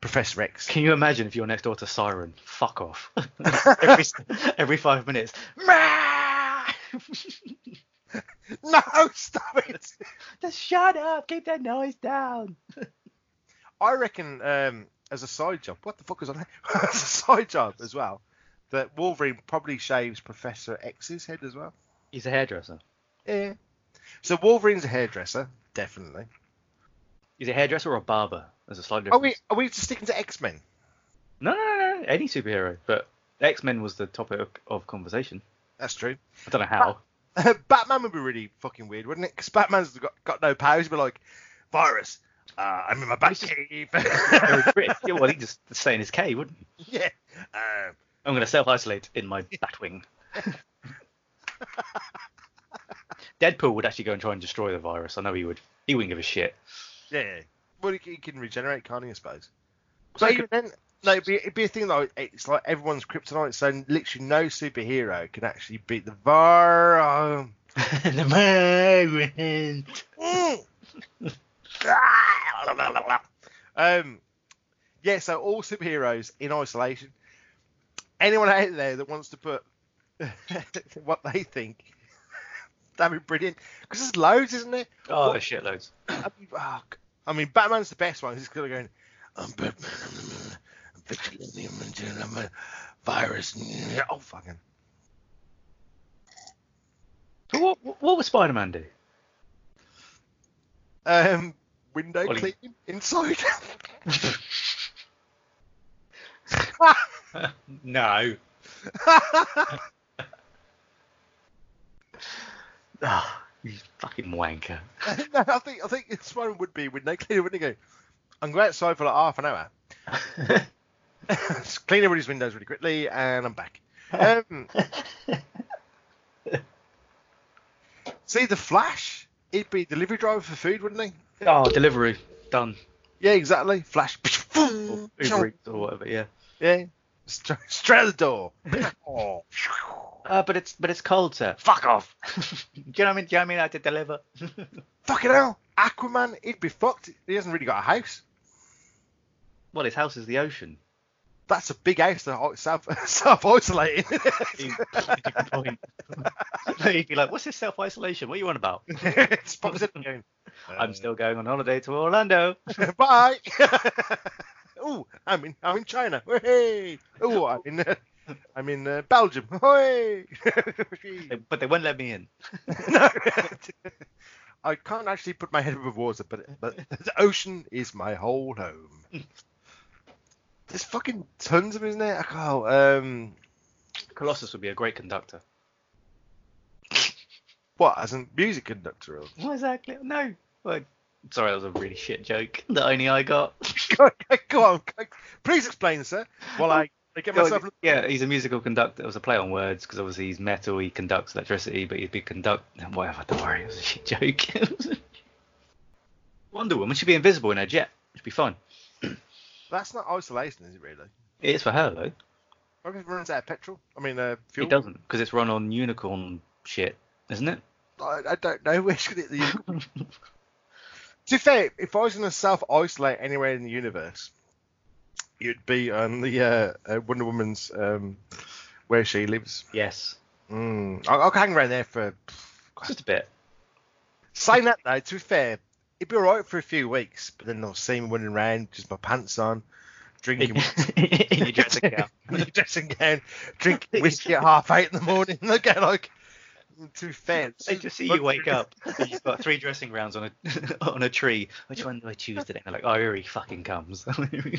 Speaker 1: Professor X.
Speaker 4: Can you imagine if you're next door to Siren? Fuck off. every, every five minutes.
Speaker 1: No, stop it.
Speaker 4: Just shut up. Keep that noise down.
Speaker 1: I reckon um, as a side job, what the fuck was on that? as a side job as well, But Wolverine probably shaves Professor X's head as well.
Speaker 4: He's a hairdresser.
Speaker 1: Yeah. So Wolverine's a hairdresser, definitely.
Speaker 4: He's a hairdresser or a barber. There's a slight
Speaker 1: Are
Speaker 4: difference.
Speaker 1: we are we just sticking to X Men?
Speaker 4: No, no, no, no. Any superhero, but X Men was the topic of, of conversation.
Speaker 1: That's true.
Speaker 4: I don't know how.
Speaker 1: Batman would be really fucking weird, wouldn't it? Because Batman's got, got no powers. He'd be like, virus. Uh, I'm in my back cave.
Speaker 4: Very British. Yeah, well, he'd just stay in his cave, wouldn't he?
Speaker 1: yeah. Uh,
Speaker 4: I'm going to self isolate in my Batwing. Deadpool would actually go and try and destroy the virus. I know he would. He wouldn't give a shit.
Speaker 1: yeah. Well, he, he can regenerate, can't he? I suppose.
Speaker 4: So
Speaker 1: So
Speaker 4: he
Speaker 1: even then, no, it'd be, it'd be a thing though. It's like everyone's kryptonite, so literally no superhero can actually beat the Var. um,
Speaker 4: the migrant.
Speaker 1: mm. Ah, la, la, la, la. um, yeah. So all superheroes in isolation. Anyone out there that wants to put what they think, that'd be brilliant. Because there's loads, isn't there?
Speaker 4: Oh, there's shitloads.
Speaker 1: I mean, oh, g- I mean, Batman's the best one. He's kind of going, I'm Batman. I'm a vigilante, I'm a vigilante, I'm a virus. Oh, fucking.
Speaker 4: But what, what- what would Spider Man do?
Speaker 1: Um, window
Speaker 4: Well, he-
Speaker 1: cleaning inside.
Speaker 4: No. Ah, you fucking wanker.
Speaker 1: no, I think I think this one would be window cleaner, wouldn't he? Go, I'm going outside for like half an hour. Just clean everybody's windows really quickly, and I'm back. Um, see the Flash. He'd be delivery driver for food, wouldn't he?
Speaker 4: Oh, delivery. Done.
Speaker 1: Yeah, exactly. Flash.
Speaker 4: Or Uber Eats or whatever, yeah.
Speaker 1: Yeah. Straight, straight out the door. oh.
Speaker 4: Uh, but it's but it's cold, sir.
Speaker 1: Fuck off.
Speaker 4: do you know what I mean? Do you know what I mean? I had to deliver.
Speaker 1: Fucking hell. Aquaman, he'd be fucked. He hasn't really got a house.
Speaker 4: well, his house is the ocean.
Speaker 1: That's a big house to ho- self self isolating.
Speaker 4: Good point. He'd be like, "What's this self isolation? What are you on about?"
Speaker 1: it's pops in again.
Speaker 4: I'm still going on holiday to Orlando.
Speaker 1: Bye. oh, I'm in I'm in China. Hey. Oh, I'm in uh, I'm in uh, Belgium. Hey.
Speaker 4: But they won't let me in.
Speaker 1: no. I can't actually put my head above water, but but the ocean is my whole home. There's fucking tons of them, isn't there? I can't. Um,
Speaker 4: Colossus would be a great conductor.
Speaker 1: what as a music conductor? Or...
Speaker 4: What exactly? No. Like, sorry, that was a really shit joke that only I got.
Speaker 1: go on, go on, please explain, sir. While I, I get myself.
Speaker 4: Well, yeah, he's a musical conductor. It was a play on words because obviously he's metal. He conducts electricity, but he'd be conduct. Whatever. Don't worry, it was a shit joke. Wonder Woman should be invisible in her jet. Should be fine.
Speaker 1: That's not isolation, is it really?
Speaker 4: It is for her though.
Speaker 1: What if it runs out of petrol? I mean, uh, fuel.
Speaker 4: It doesn't because it's run on unicorn shit, isn't it?
Speaker 1: I, I don't know where should it. The, to be fair, if I was going to self isolate anywhere in the universe, it'd be on the uh, uh, Wonder Woman's um, where she lives.
Speaker 4: yes.
Speaker 1: Mm. I, I'll hang around there for.
Speaker 4: Just a bit.
Speaker 1: Saying that though, to be fair, it'd be alright for a few weeks, but then they'll see me running around, just my pants on, drinking.
Speaker 4: in your dressing gown.
Speaker 1: in a dressing gown, drinking whiskey at half eight in the morning. They get like too fancy.
Speaker 4: They just see you wake up. And you've got three dressing rounds on a on a tree. Which one do I choose today? And they're like, oh, here he fucking comes. fucking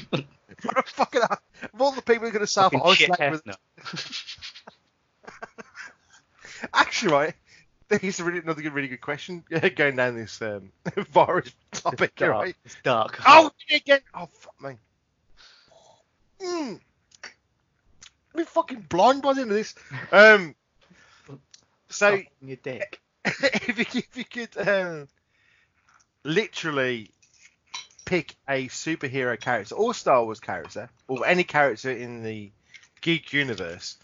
Speaker 1: fucking hell. of all the people who could have self
Speaker 4: shit
Speaker 1: isolate with
Speaker 4: Hefner.
Speaker 1: actually right. Here's a really, another good, really good question. Going down this um, virus topic,
Speaker 4: Dark.
Speaker 1: right?
Speaker 4: It's dark.
Speaker 1: Oh, did it again. Oh, fuck me. Mm. I've been fucking blind by the end of this. Um, so
Speaker 4: Fucking your dick.
Speaker 1: if you, if you could um, literally pick a superhero character or Star Wars character or any character in the geek universe,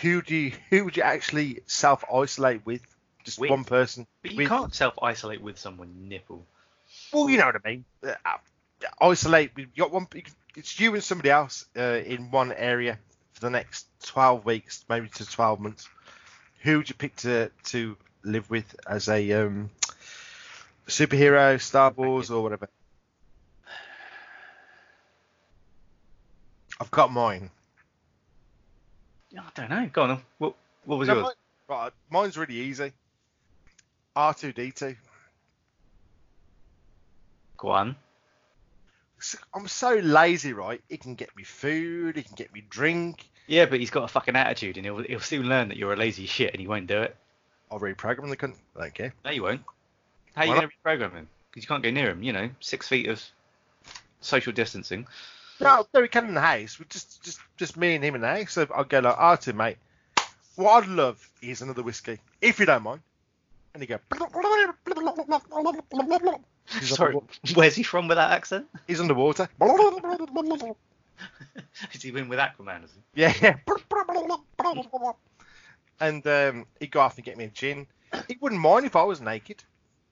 Speaker 1: who do you, who would you actually self isolate with? Just
Speaker 4: With?
Speaker 1: one person.
Speaker 4: But you
Speaker 1: with-
Speaker 4: can't self isolate with someone nipple.
Speaker 1: Well, you know what I mean. Uh, uh, isolate. You got one. you can- It's you and somebody else uh, in one area for the next twelve weeks, maybe to twelve months. Who would you pick to to live with as a um, superhero, Star Wars, or whatever? I've got mine.
Speaker 4: I don't know. Go on. then. What, what was
Speaker 1: No,
Speaker 4: yours?
Speaker 1: mine- right, mine's really easy. R2D2.
Speaker 4: Go on.
Speaker 1: S- I'm so lazy, right? He can get me food, he can get me drink.
Speaker 4: Yeah, but he's got a fucking attitude, and he'll he'll soon learn that you're a lazy shit, and he won't do it.
Speaker 1: I'll reprogram the cunt. I don't care.
Speaker 4: No, you won't. How are you
Speaker 1: Why
Speaker 4: going to reprogram him? Because you can't go near him. You know, six feet of social distancing.
Speaker 1: No, no, we can in the house. We just, just, just me and him in the house. So I'll go like, Artie, mate. What I'd love is another whiskey, if you don't mind. And he go. He's,
Speaker 4: Sorry,
Speaker 1: underwater.
Speaker 4: where's he from with that accent?
Speaker 1: he's underwater.
Speaker 4: Is he in with Aquaman? Is he?
Speaker 1: Yeah, yeah. And um, he'd go off and get me a gin. He wouldn't mind if I was naked.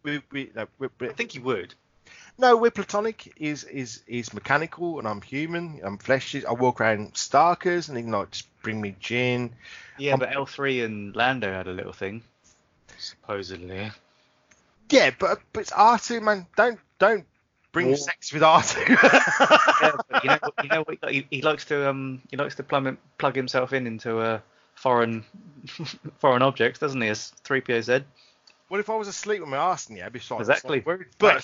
Speaker 1: We, we, no, we, we,
Speaker 4: I think he would.
Speaker 1: No, we're platonic. Is is is mechanical, and I'm human. I'm fleshy. I walk around Starkers, and he can like just bring me gin.
Speaker 4: Yeah, but L3 and Lando had a little thing, supposedly.
Speaker 1: Yeah, but but it's R two, man. Don't don't bring
Speaker 4: Yeah.
Speaker 1: sex with R two.
Speaker 4: Yeah, but you know, what- you know what? He, he likes to um he likes to plumb, plug himself in into uh, foreign foreign objects, doesn't he? As 3PO said.
Speaker 1: what if I was asleep with my arse in the air? Besides,
Speaker 4: Exactly.
Speaker 1: But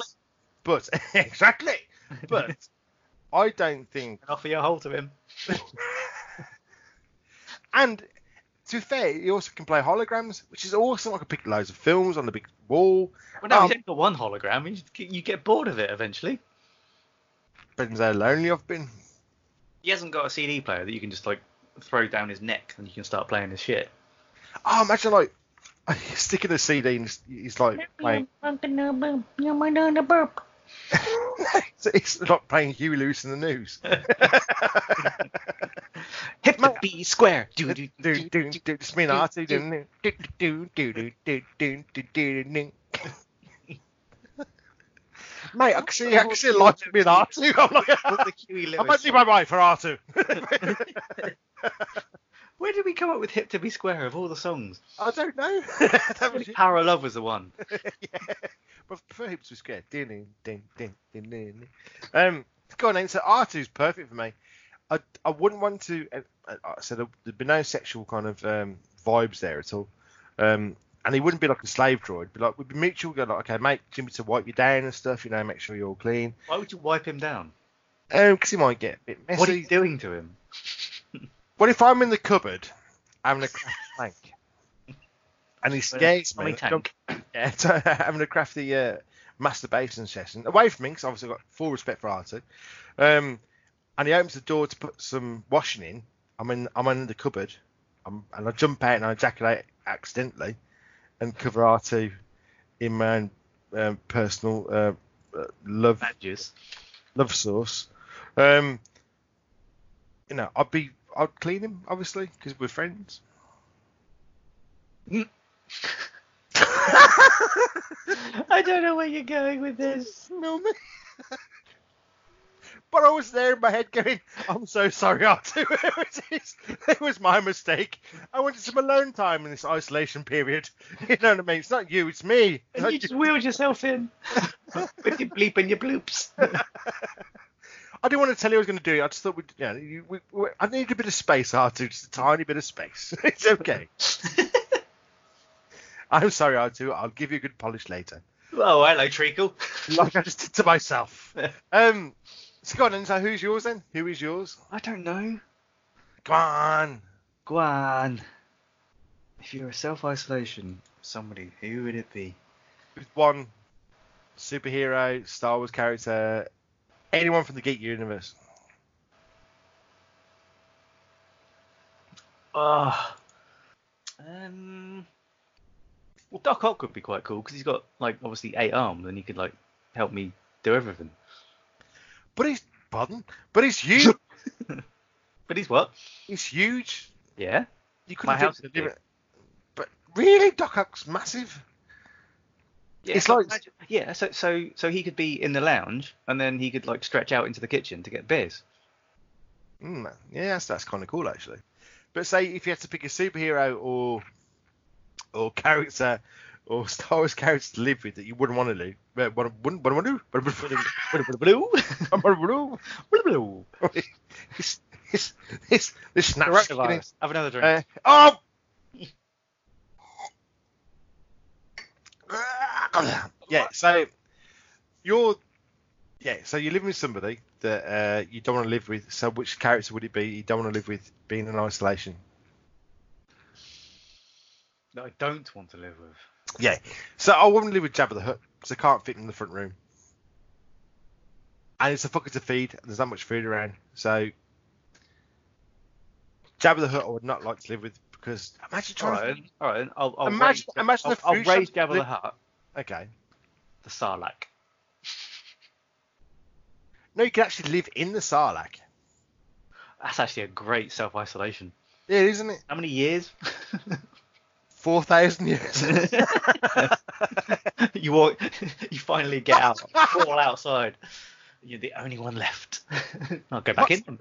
Speaker 1: but exactly. But I don't think.
Speaker 4: And offer your hole to him.
Speaker 1: And to be fair, he also can play holograms, which is awesome. I could pick loads of films on the big wall.
Speaker 4: Well, no,
Speaker 1: Um,
Speaker 4: he's only got one hologram. You, just get- you get bored of it eventually.
Speaker 1: Depends how lonely I've been.
Speaker 4: He hasn't got a CD player that you can just like throw down his neck and you can start playing his shit.
Speaker 1: Oh, imagine like sticking a CD and it's- it's like playing. it's, it's like playing Huey Lewis in the news.
Speaker 4: Hit the B square. Do do
Speaker 1: do, do, do, just me and Artie doing it. do, do, do, do, do, do, do, do, do. Mate, I can see, I can see a life for me and R2. I'm like,
Speaker 4: the E Huey
Speaker 1: I might
Speaker 4: Lewis.
Speaker 1: do my right for R2.
Speaker 4: Where did we come up with "Hip to Be Square" of all the songs?
Speaker 1: I don't know. that was,
Speaker 4: Probably Power of Love was the one.
Speaker 1: yeah. But for hips was scared. Ding, ding, ding, ding, ding. Um, go on, then. So R2's perfect for me. I, I wouldn't want to. Uh, uh, I said uh, there'd be no sexual kind of um, vibes there at all. Um, and he wouldn't be like a slave droid. But like we'd be mutual. Go like, okay, mate, Jimmy to wipe you down and stuff. You know, make sure you're all clean.
Speaker 4: Why would you wipe him down?
Speaker 1: Um, because he might get a bit messy.
Speaker 4: What are you doing to him?
Speaker 1: What if I'm in the cupboard having a craft tank? And he scares
Speaker 4: Tummy
Speaker 1: me.
Speaker 4: tank.
Speaker 1: Yeah, so having a crafty uh, masturbation session away from me, because obviously I've got full respect for Artie. Um, and he opens the door to put some washing in. I'm in, I'm in the cupboard, I'm, and I jump out and I ejaculate accidentally, and cover Artie in my own um, personal uh, uh, love
Speaker 4: Badges.
Speaker 1: love sauce. Um, you know, I'd be, I'd clean him obviously because we're friends.
Speaker 4: I don't know where you're going with this.
Speaker 1: Smell me. but I was there in my head going, I'm so sorry, Arthur. it, is, it was my mistake. I wanted some alone time in this isolation period. You know what I mean? It's not you, it's me.
Speaker 4: And you just wheeled yourself in with your bleep and your bloops.
Speaker 1: I didn't want to tell you I was going to do it. I just thought we'd, you know, you, we, we, I need a bit of space, R2, just a tiny bit of space. it's okay. I'm sorry, R2. I'll give you a good polish later.
Speaker 4: oh, hello, treacle.
Speaker 1: Like I just did to myself. Um, so go on, then. So who's yours then? Who is yours?
Speaker 4: I don't know.
Speaker 1: Come on.
Speaker 4: Guan, if you were self isolation, somebody, who would it be?
Speaker 1: With one superhero, Star Wars character, anyone from the Geek universe.
Speaker 4: Ah. Um. Well, Doc Ock would be quite cool because he's got like obviously eight arms and he could like help me do everything.
Speaker 1: But he's, pardon? But he's huge.
Speaker 4: But he's what?
Speaker 1: he's huge.
Speaker 4: Yeah.
Speaker 1: You
Speaker 4: My
Speaker 1: couldn't
Speaker 4: house
Speaker 1: do
Speaker 4: is big.
Speaker 1: But really, Doc Ock's massive.
Speaker 4: Yeah,
Speaker 1: It's
Speaker 4: so
Speaker 1: like-
Speaker 4: imagine- yeah, so so so he could be in the lounge and then he could like stretch out into the kitchen to get beers.
Speaker 1: Mm, yeah, that's, that's kind of cool actually. But say if you had to pick a superhero or or character or Star Wars character to live with that you wouldn't want to live, uh, wouldn't wouldn't want to do,
Speaker 4: Blue, blue, blue.
Speaker 1: He's- this this this snaps.
Speaker 4: Coronavirus. Have another drink.
Speaker 1: Uh, oh. yeah. So you're. Yeah. So you're living with somebody that uh, you don't want to live with. So which character would it be? You don't want to live with being in isolation.
Speaker 4: that I don't want to live with.
Speaker 1: Yeah. So I wouldn't live with Jabba the Hutt because I can't fit him in the front room. And it's a fucker to feed, and there's not much food around. So Jabba the Hutt I would not like to live with because imagine
Speaker 4: All
Speaker 1: trying
Speaker 4: right,
Speaker 1: to.
Speaker 4: then. all right. then. I'll, I'll
Speaker 1: Imagine-
Speaker 4: raise,
Speaker 1: imagine
Speaker 4: I'll,
Speaker 1: the
Speaker 4: I'll
Speaker 1: food
Speaker 4: raise
Speaker 1: shop-
Speaker 4: Jabba the Hutt,
Speaker 1: Okay.
Speaker 4: the Sarlacc.
Speaker 1: No, you can actually live in the Sarlacc.
Speaker 4: That's actually a great self isolation.
Speaker 1: Yeah, isn't it?
Speaker 4: How many years?
Speaker 1: Four thousand years.
Speaker 4: you walk, you finally get out, fall outside. You're the only one left. I'll go back
Speaker 1: What's-
Speaker 4: in.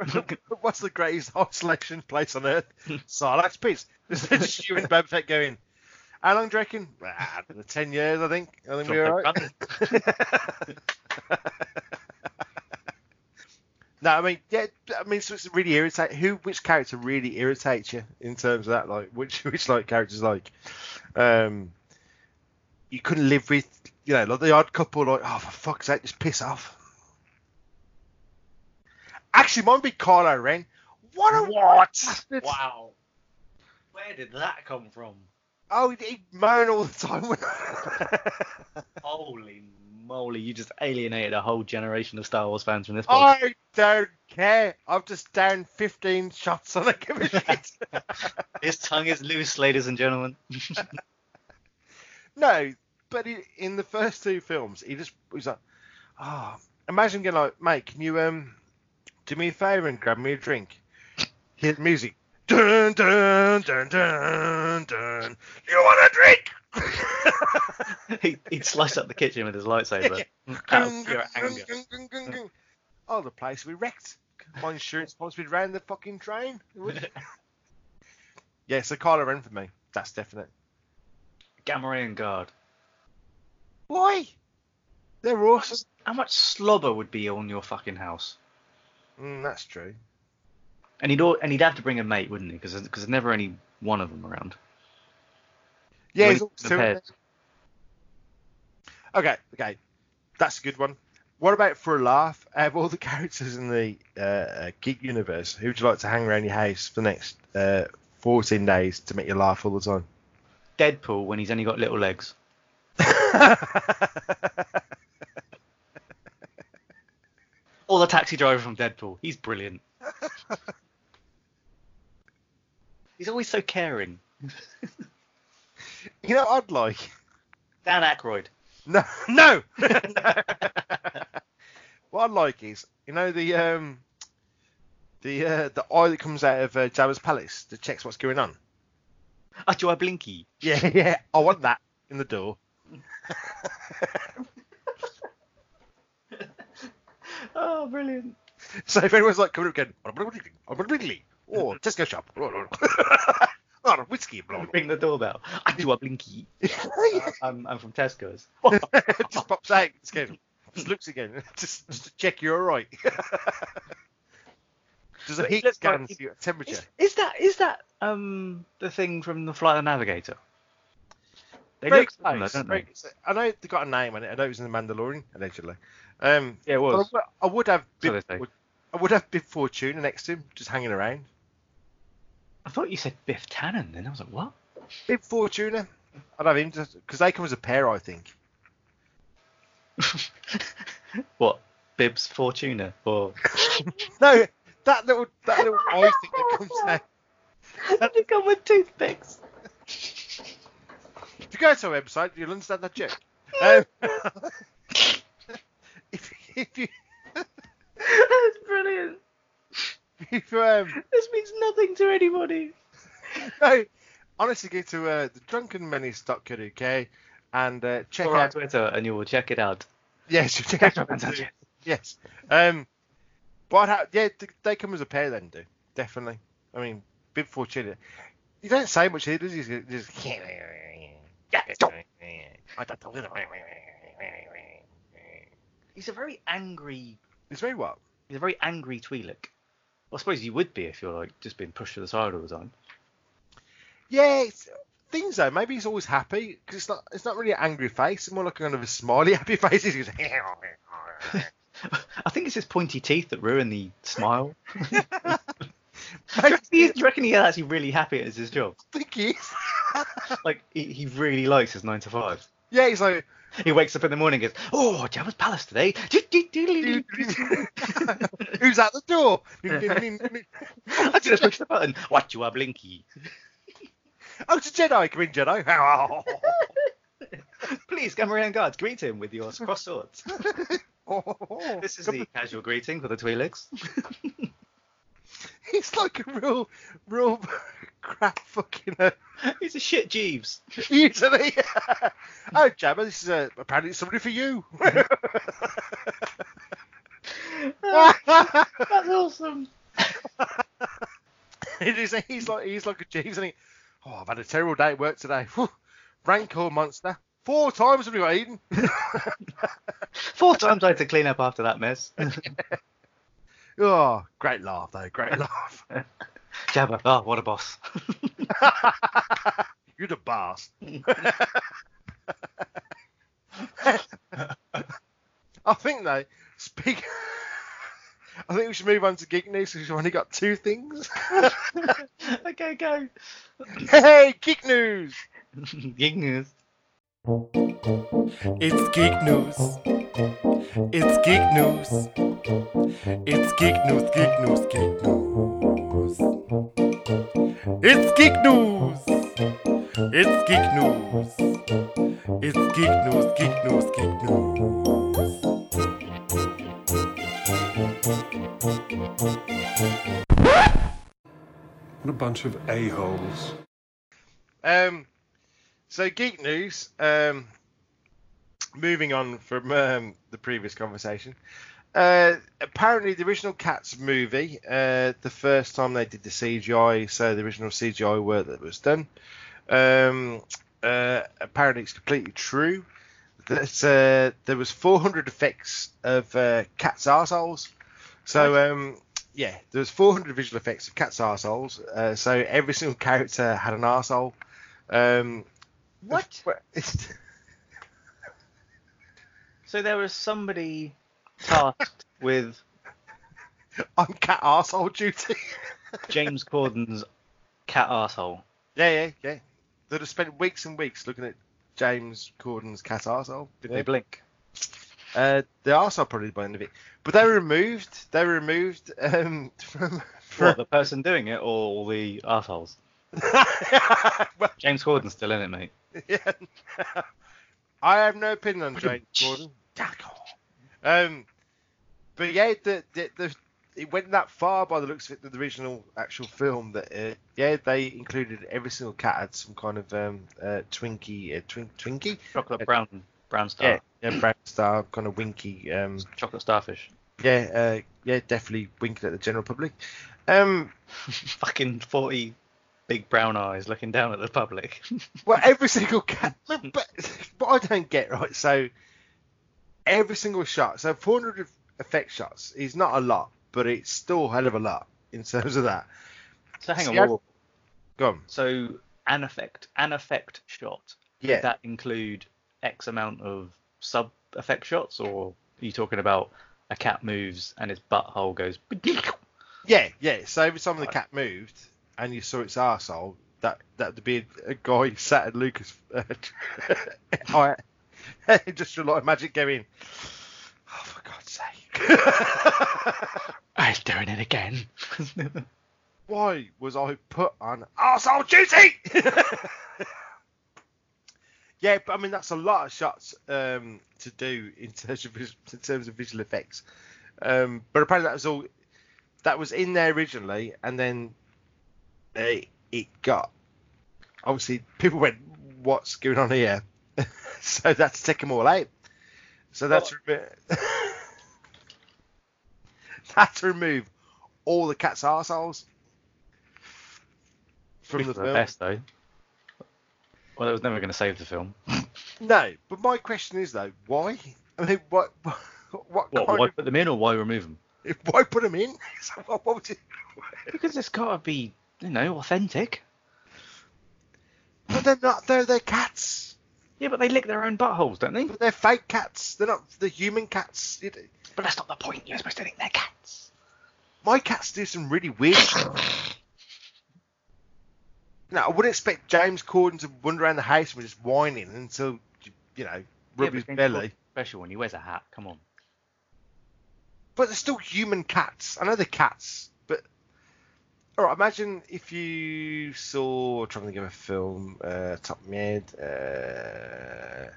Speaker 1: What's the greatest isolation place on earth? Sarlacc's pits. There's just you and Boba Fett going. How long do you reckon? Ah, ten years, I think. I think we're all right. No, I mean, yeah, I mean, so it's really irritate. Who, which character really irritates you in terms of that? Like, which, which like characters like, um, you couldn't live with, you know, like the odd couple, like, oh for fuck's sake, just piss off. Actually, mine would be Kylo Ren. What a what?
Speaker 4: wow. Where did that come from?
Speaker 1: Oh, he he'd moan all the time.
Speaker 4: Holy moly, you just alienated a whole generation of Star Wars fans from this podcast.
Speaker 1: I don't care. I've just downed 15 shots. I don't give a shit.
Speaker 4: His tongue is loose, ladies and gentlemen.
Speaker 1: No, but he, in the first two films, he just was like, ah. imagine going like, mate, can you um, do me a favour and grab me a drink? Hit music. Dun dun dun dun dun. You want a drink?
Speaker 4: he, he'd slice up the kitchen with his lightsaber. Mm, Out of pure anger.
Speaker 1: Oh, the place we wrecked. My insurance policy would ran the fucking drain. It would. yeah, so Kylo Ren for me. That's definite.
Speaker 4: Gamorrean guard.
Speaker 1: Why? They're awesome.
Speaker 4: How much slobber would be on your fucking house?
Speaker 1: Mm, that's true.
Speaker 4: And he'd all, and he'd have to bring a mate, wouldn't he? Because there's never any one of them around.
Speaker 1: Yeah,
Speaker 4: When
Speaker 1: he's
Speaker 4: it
Speaker 1: always doing
Speaker 4: compares.
Speaker 1: that. Okay, okay, that's a good one. What about for a laugh? Out of all the characters in the uh, uh, geek universe, who would you like to hang around your house for the next uh, 14 days to make you laugh all the time?
Speaker 4: Deadpool when he's only got little legs. Or the taxi driver from Deadpool. He's brilliant. he's always so caring.
Speaker 1: you know, what I'd like
Speaker 4: Dan Aykroyd.
Speaker 1: No, no. what I like is, you know, the um, the uh, the eye that comes out of uh, Jabba's palace that checks what's going on.
Speaker 4: Ajua Blinky.
Speaker 1: Yeah, yeah. I want that in the door.
Speaker 4: Oh, brilliant.
Speaker 1: So if anyone's like coming up again, I'm going or Tesco shop, or whiskey, blah,
Speaker 4: Ring the doorbell. Ajua Blinky. Uh,
Speaker 1: blah.
Speaker 4: I'm, I'm from Tesco's.
Speaker 1: just pops out. Just, goes, just looks again, just, just to check you're all right. Does a
Speaker 4: But it
Speaker 1: heat
Speaker 4: looks
Speaker 1: scan
Speaker 4: like-
Speaker 1: see your temperature?
Speaker 4: Is, is that is that um the thing from the Flight of the Navigator? They
Speaker 1: Very
Speaker 4: look similar,
Speaker 1: close,
Speaker 4: don't
Speaker 1: very
Speaker 4: they?
Speaker 1: close. I know they got a name on it. I know it was in the Mandalorian allegedly. Um,
Speaker 4: Yeah, it
Speaker 1: but I
Speaker 4: was.
Speaker 1: would- I would have
Speaker 4: So
Speaker 1: big,
Speaker 4: they say.
Speaker 1: I would have Big Fortuna next to him, just hanging around.
Speaker 4: I thought you said Biff Tannen. Then I was like, what?
Speaker 1: Big Fortuna, I'd have him just because they come as a pair, I think.
Speaker 4: what? Bib's Fortuna or
Speaker 1: No, that little that little eye thing that comes out.
Speaker 4: they come with toothpicks.
Speaker 1: If you go to our website, you'll understand that joke. Um, if, if you
Speaker 4: That's brilliant.
Speaker 1: if you um,
Speaker 4: This means nothing to anybody.
Speaker 1: no, honestly, go to uh, the drunkenmenace.co.uk and uh, check
Speaker 4: Or on
Speaker 1: out
Speaker 4: Twitter, and you will check it out.
Speaker 1: Yes, you take
Speaker 4: Drop and touch it.
Speaker 1: Yes. Um, but I'd ha- yeah, th- they come as a pair then, do definitely. I mean, big fortune. You don't say much here, does he? He's Just
Speaker 4: He's a very angry.
Speaker 1: it's very what?
Speaker 4: He's a very angry Twi'lek. I suppose you would be if you're like just being pushed to the side all the time.
Speaker 1: Yeah, it's, things though. Maybe he's always happy because it's not it's not really an angry face. It's more like kind of a smiley happy face. He goes,
Speaker 4: I think it's his pointy teeth that ruin the smile. do, you reckon he- do you reckon he's actually really happy at his job?
Speaker 1: think he is.
Speaker 4: Like he, he really likes his nine to five.
Speaker 1: Yeah, he's like.
Speaker 4: He wakes up in the morning and goes, "Oh, Jabba's palace today."
Speaker 1: Who's at the door?
Speaker 4: I just pushed the button. What you are, Blinky?
Speaker 1: oh, it's a Jedi. Come in, Jedi.
Speaker 4: Please come around, guards. Greet him with your cross swords. This is
Speaker 1: Come-
Speaker 4: the casual greeting for the Twi'leks.
Speaker 1: He's like a real, real crap fucking uh,
Speaker 4: He's a shit Jeeves.
Speaker 1: usually. oh, Jabba, this is uh, apparently it's somebody for you.
Speaker 4: That's awesome.
Speaker 1: It is- he's like he's like a Jeeves, and he. Oh, I've had a terrible day at work today. Whew. Rancor monster. Four times have we got eaten.
Speaker 4: Four times I had to clean up after that mess.
Speaker 1: Oh, great laugh though. Great laugh.
Speaker 4: Jabba, oh, what a boss.
Speaker 1: You're the boss. I think though, speak. I think we should move on to geek news because we've only got two things.
Speaker 4: okay, go.
Speaker 1: hey, geek news!
Speaker 4: Geek news.
Speaker 8: It's geek news. It's geek news. It's geek news, geek news, geek news. It's geek news. It's geek news. It's geek news, geek news, geek news.
Speaker 7: What a bunch of a-holes.
Speaker 1: Um, so geek news. Um, moving on from um, the previous conversation. Uh, apparently, the original Cats movie, uh, the first time they did the CGI, so the original CGI work that was done, um, uh, apparently it's completely true. That uh, there was 400 effects of uh, cats' arseholes. So um, yeah, there was 400 visual effects of cats' arseholes. Uh, so every single character had an arsehole. Um,
Speaker 4: What?
Speaker 1: it's-
Speaker 4: So there was somebody tasked with
Speaker 1: on cat arsehole duty.
Speaker 4: James Corden's cat asshole.
Speaker 1: yeah, yeah, yeah. They'd have spent weeks and weeks looking at James Corden's cat arsehole.
Speaker 4: Did
Speaker 1: Yeah.
Speaker 4: they blink?
Speaker 1: Uh, the arsehole probably by the end of it. But they were removed. They were removed um, from.
Speaker 4: For
Speaker 1: from
Speaker 4: the person doing it or all the assholes?
Speaker 1: Well,
Speaker 4: James Corden's still in it, mate.
Speaker 1: yeah. I have no opinion on James Corden. Um, but yeah, the, the, the, it went that far by the looks of it, the original actual film. That uh, yeah, they included every single cat had some kind of um, uh, Twinkie, uh, twin, Twinkie,
Speaker 4: Chocolate brown brown star.
Speaker 1: yeah, yeah, brown star, kind of winky, um,
Speaker 4: Chocolate starfish.
Speaker 1: yeah, uh, yeah, definitely winked at the general public. Um,
Speaker 4: Fucking 40 big brown eyes looking down at the public.
Speaker 1: Well, every single cat. But, but what I don't get right, so every single shot, so 400 effect shots is not a lot, but it's still a hell of a lot in terms of that.
Speaker 4: so hang on.
Speaker 1: See, I-
Speaker 4: what-
Speaker 1: Go on.
Speaker 4: So an effect an effect shot
Speaker 1: Yeah.
Speaker 4: Did that include X amount of sub effect shots, or are you talking about a cat moves and its butthole goes?
Speaker 1: Yeah, yeah. So every time the cat moved and you saw its arsehole, that that would be a, guy sat at Lucas. Uh, I, just like magic going. Oh, for God's sake.
Speaker 4: I'm doing it again.
Speaker 1: why was I put on arsehole duty? yeah, but I mean that's a lot of shots um, to do in terms of vis- in terms of visual effects. Um, but apparently that was all that was in there originally, and then they, it got obviously people went, "What's going on here?" so that's took them all out. So that's remo- that's remove all the cat's arseholes from
Speaker 4: People
Speaker 1: the
Speaker 4: are
Speaker 1: film.
Speaker 4: best though. Well, it was never going to save the film.
Speaker 1: No, but my question is though, why? I mean, what, what,
Speaker 4: What,
Speaker 1: kind
Speaker 4: why
Speaker 1: of-
Speaker 4: put them in or why remove them?
Speaker 1: Why put them in? It's like, what- what would you-
Speaker 4: Because it's got to be, you know, authentic.
Speaker 1: But they're not. Though they're cats.
Speaker 4: Yeah, but they lick their own buttholes, don't they?
Speaker 1: But they're fake cats. They're not the human cats. It-
Speaker 4: But that's not the point. You're supposed to lick their cats.
Speaker 1: my cats do some really weird. no, I wouldn't expect James Corden to wander around the house and be just whining until you know rub his belly.
Speaker 4: Special when he wears a hat. Come on.
Speaker 1: But they're still human cats. I know they're cats, but all right. Imagine if you saw I'm trying to think of a film, uh, top of my head. Uh,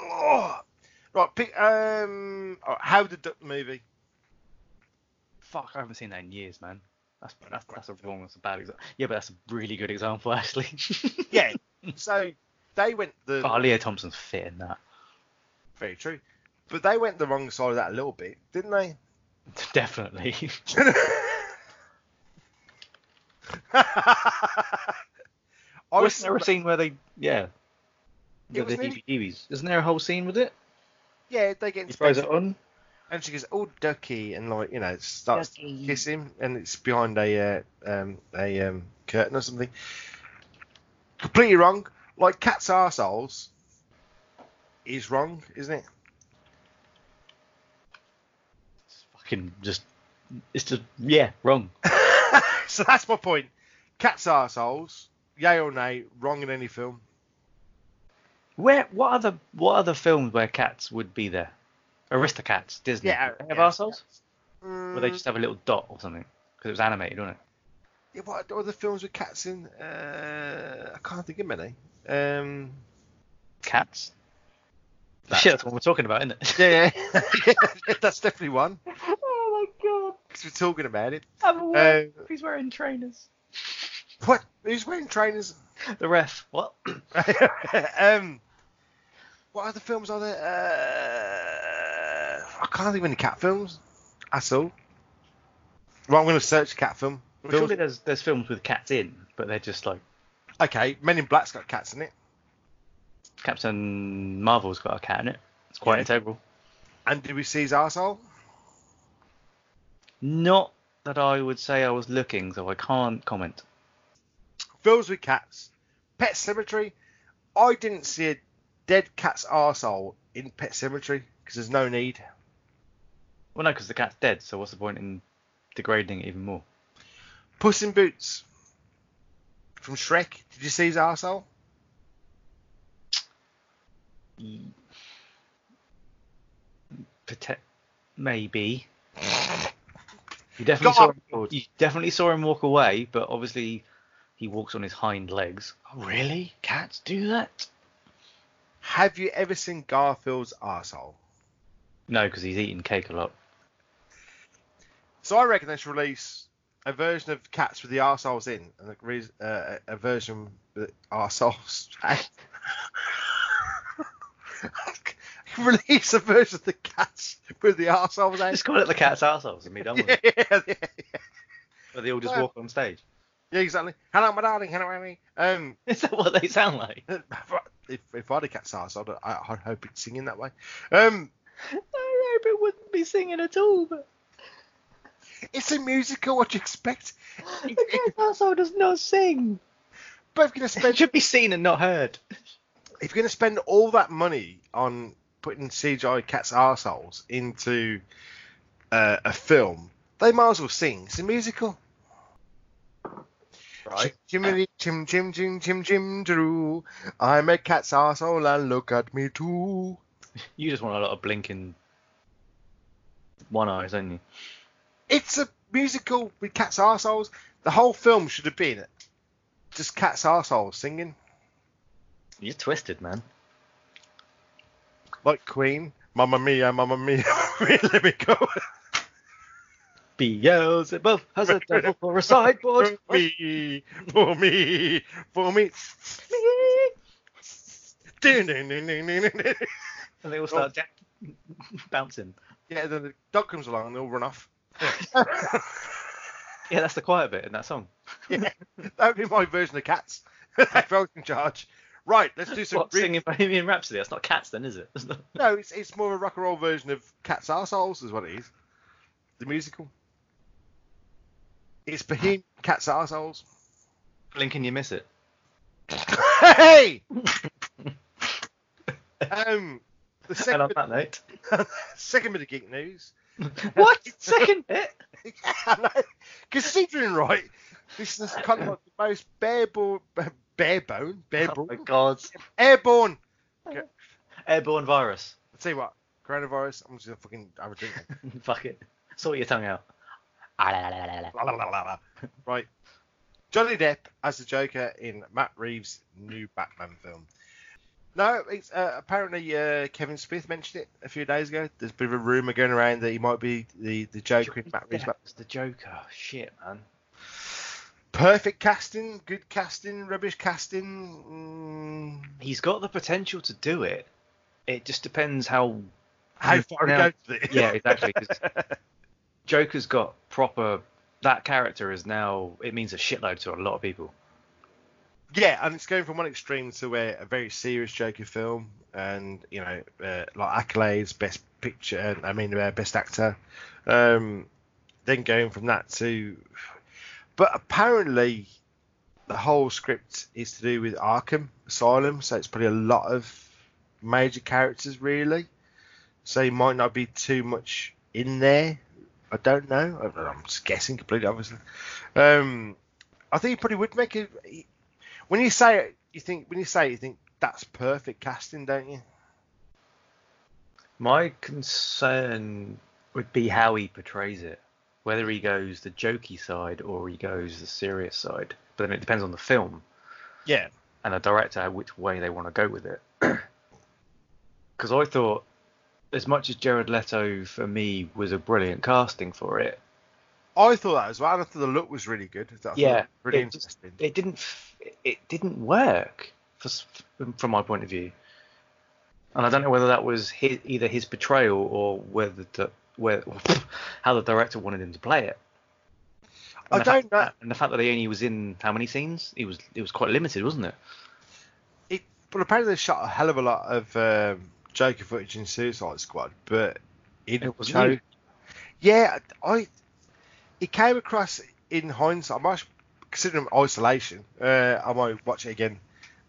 Speaker 1: oh, right, pick, um, all right, How the Duck movie.
Speaker 4: Fuck, I haven't seen that in years, man. That's that's, that's a wrong. That's a bad example. Yeah, but that's a really good example, actually.
Speaker 1: Yeah. so they went the
Speaker 4: Oh, Leah Thompson's fit in that.
Speaker 1: very true, but they went the wrong side of that a little bit, didn't they?
Speaker 4: Definitely.
Speaker 1: I was
Speaker 4: Wasn't there a scene where they, yeah, with the
Speaker 1: was nearly-
Speaker 4: heebie-jeebies? Isn't there a whole scene with it?
Speaker 1: yeah, they get
Speaker 4: He throws it on.
Speaker 1: and she goes, "Oh, ducky," and like you know, starts to kiss him, and it's behind a uh, um, a um, curtain or something. Completely wrong. Like cats' arseholes is wrong, isn't it?
Speaker 4: It's fucking just, it's just yeah, wrong.
Speaker 1: So that's my point. Cats' arseholes, yay or nay, wrong in any film.
Speaker 4: Where what other what other films where cats would be there? Aristocats, Disney.
Speaker 1: Yeah,
Speaker 4: Did they have
Speaker 1: yeah.
Speaker 4: assholes? Or they just have a little dot or something? Because it was animated, wasn't it?
Speaker 1: Yeah, what are the films with cats in? Uh, I can't think of many. Um,
Speaker 4: Cats.
Speaker 1: That's-
Speaker 4: Shit, that's what we're talking about, isn't it?
Speaker 1: yeah, yeah. that's definitely one
Speaker 4: oh my god!
Speaker 1: because we're talking about it.
Speaker 4: I'm aware.
Speaker 1: Uh,
Speaker 4: He's wearing trainers.
Speaker 1: what? Who's wearing trainers?
Speaker 4: The ref. What?
Speaker 1: um, what other films are there? Uh, I can't think of any cat films at all. Right, I'm going to search cat film.
Speaker 4: Well,
Speaker 1: films.
Speaker 4: surely there's there's films with cats in, but they're just like
Speaker 1: Okay, Men in Black's got cats in it,
Speaker 4: Captain Marvel's got a cat in it. It's quite
Speaker 1: Yeah.
Speaker 4: integral.
Speaker 1: and did we see his arsehole?
Speaker 4: Not that I would say I was looking, so I can't comment.
Speaker 1: Films with cats, Pet Cemetery. I didn't see a dead cat's arsehole in Pet Cemetery because there's no need.
Speaker 4: Well, no, because the cat's dead, so what's the point in degrading it even more?
Speaker 1: Puss in Boots from Shrek. Did you see his arsehole?
Speaker 4: Pote- maybe. You definitely saw
Speaker 1: God.
Speaker 4: him, you definitely saw him walk away, but obviously he walks on his hind legs. Oh, really? Cats do that?
Speaker 1: Have you ever seen Garfield's arsehole?
Speaker 4: No, because he's eating cake a lot.
Speaker 1: So I reckon they should release a version of Cats with the arseholes in, and a, re- uh, a a version with arseholes out. release a version of the Cats with the arseholes
Speaker 4: Just
Speaker 1: out.
Speaker 4: call it the cat's arseholes and be done with
Speaker 1: yeah,
Speaker 4: it.
Speaker 1: yeah, yeah,
Speaker 4: But they all just
Speaker 1: Well-
Speaker 4: walk on stage.
Speaker 1: yeah, exactly. Hello, my darling. Hello, Amy. Um,
Speaker 4: Is that what they sound like?
Speaker 1: if if I had a cat's arsehole, I, I'd hope it's singing that way. Um,
Speaker 4: I hope it wouldn't be singing at all, but
Speaker 1: it's a musical. What do you expect?
Speaker 4: the cat's arsehole does not sing.
Speaker 1: But if you're gonna
Speaker 4: It
Speaker 1: spend
Speaker 4: should be seen and not heard.
Speaker 1: if you're going to spend all that money on putting CGI cats' arseholes into uh, a film, they might as well sing. It's a musical. Right. Jiminy, chim, chim, chim, chim, chim, drew. I'm a cat's arsehole and look at me too.
Speaker 4: You just want a lot of blinking one eyes, don't you?
Speaker 1: It's a musical with cats' arseholes. The whole film should have been just cats' arseholes singing,
Speaker 4: You're twisted, man.
Speaker 1: like Queen. Mamma mia, mamma mia, let me go.
Speaker 4: Beelzebub has a devil for a sideboard.
Speaker 1: For me, for me, for me. yeah,
Speaker 4: And they all start ja- bouncing.
Speaker 1: then the dog comes along and they'll run off.
Speaker 4: Yeah, that's the quiet bit in that song.
Speaker 1: That would be my version of cats. Everyone's in charge. Right, let's do some.
Speaker 4: What,
Speaker 1: re-
Speaker 4: singing Bohemian Rhapsody? That's not cats, then, is it?
Speaker 1: No, it's, it's more of a rock and roll version of Cat's Arseholes, is what it is. The musical. It's Bohemian Cat's Arseholes.
Speaker 4: Blink and you miss it.
Speaker 1: hey! um, the
Speaker 4: And on
Speaker 1: second,
Speaker 4: that note,
Speaker 1: second bit of geek news.
Speaker 4: what second bit?
Speaker 1: I know. Considering, right, this is kind of like the most barebone, barebone,
Speaker 4: Oh
Speaker 1: barebone,
Speaker 4: my god!
Speaker 1: airborne.
Speaker 4: Airborne virus.
Speaker 1: I'll tell you what, coronavirus, I'm just gonna fucking have a drink.
Speaker 4: Fuck it. Sort your tongue out. Ah, la, la, la, la, la.
Speaker 1: La, la, la, la, la. right. Johnny Depp as the Joker in Matt Reeves' new Batman film. No, it's uh, apparently uh, Kevin Smith mentioned it a few days ago. There's a bit of a rumor going around that he might be the, the Joker in Matt Reeves'
Speaker 4: Yeah,
Speaker 1: Batman.
Speaker 4: it's the Joker. Shit, man.
Speaker 1: Perfect casting, good casting, rubbish casting. Mm,
Speaker 4: He's got the potential to do it. It just depends how.
Speaker 1: how far
Speaker 4: Now-
Speaker 1: it goes.
Speaker 4: Yeah, exactly. 'cause Joker's got proper. That character is now. It means a shitload to a lot of people.
Speaker 1: Yeah, and it's going from one extreme to where a very serious Joker film, and you know, uh, like accolades, best picture, I mean, uh, best actor. Um, then going from that to, but apparently, the whole script is to do with Arkham Asylum, so it's probably a lot of major characters really. So you might not be too much in there. I don't know. I- I'm just guessing completely, obviously. Um, I think he probably would make it. he- when you say it, you think when you say it, you think that's perfect casting, don't you?
Speaker 4: My concern would be how he portrays it, whether he goes the jokey side or he goes the serious side. But then it depends on the film
Speaker 1: Yeah.
Speaker 4: and the director which way they want to go with it. Because I thought, as much as Jared Leto for me was a brilliant casting for it,
Speaker 1: I thought that as well. and I thought the look was really good. I thought it was really
Speaker 4: it just-
Speaker 1: interesting.
Speaker 4: it didn't f- it didn't work for, s- from my point of view, and I don't know whether that was his, either his portrayal or whether the where how the director wanted him to play it.
Speaker 1: I
Speaker 4: And the
Speaker 1: don't
Speaker 4: fact-
Speaker 1: know.
Speaker 4: And the fact that he only was in how many scenes? He was it was quite limited, wasn't it?
Speaker 1: It, but apparently they shot a hell of a lot of um, Joker footage in Suicide Squad, but it,
Speaker 4: It was
Speaker 1: show-
Speaker 4: new.
Speaker 1: Yeah, I. It came across in hindsight. I might considering isolation. Uh, I might watch it again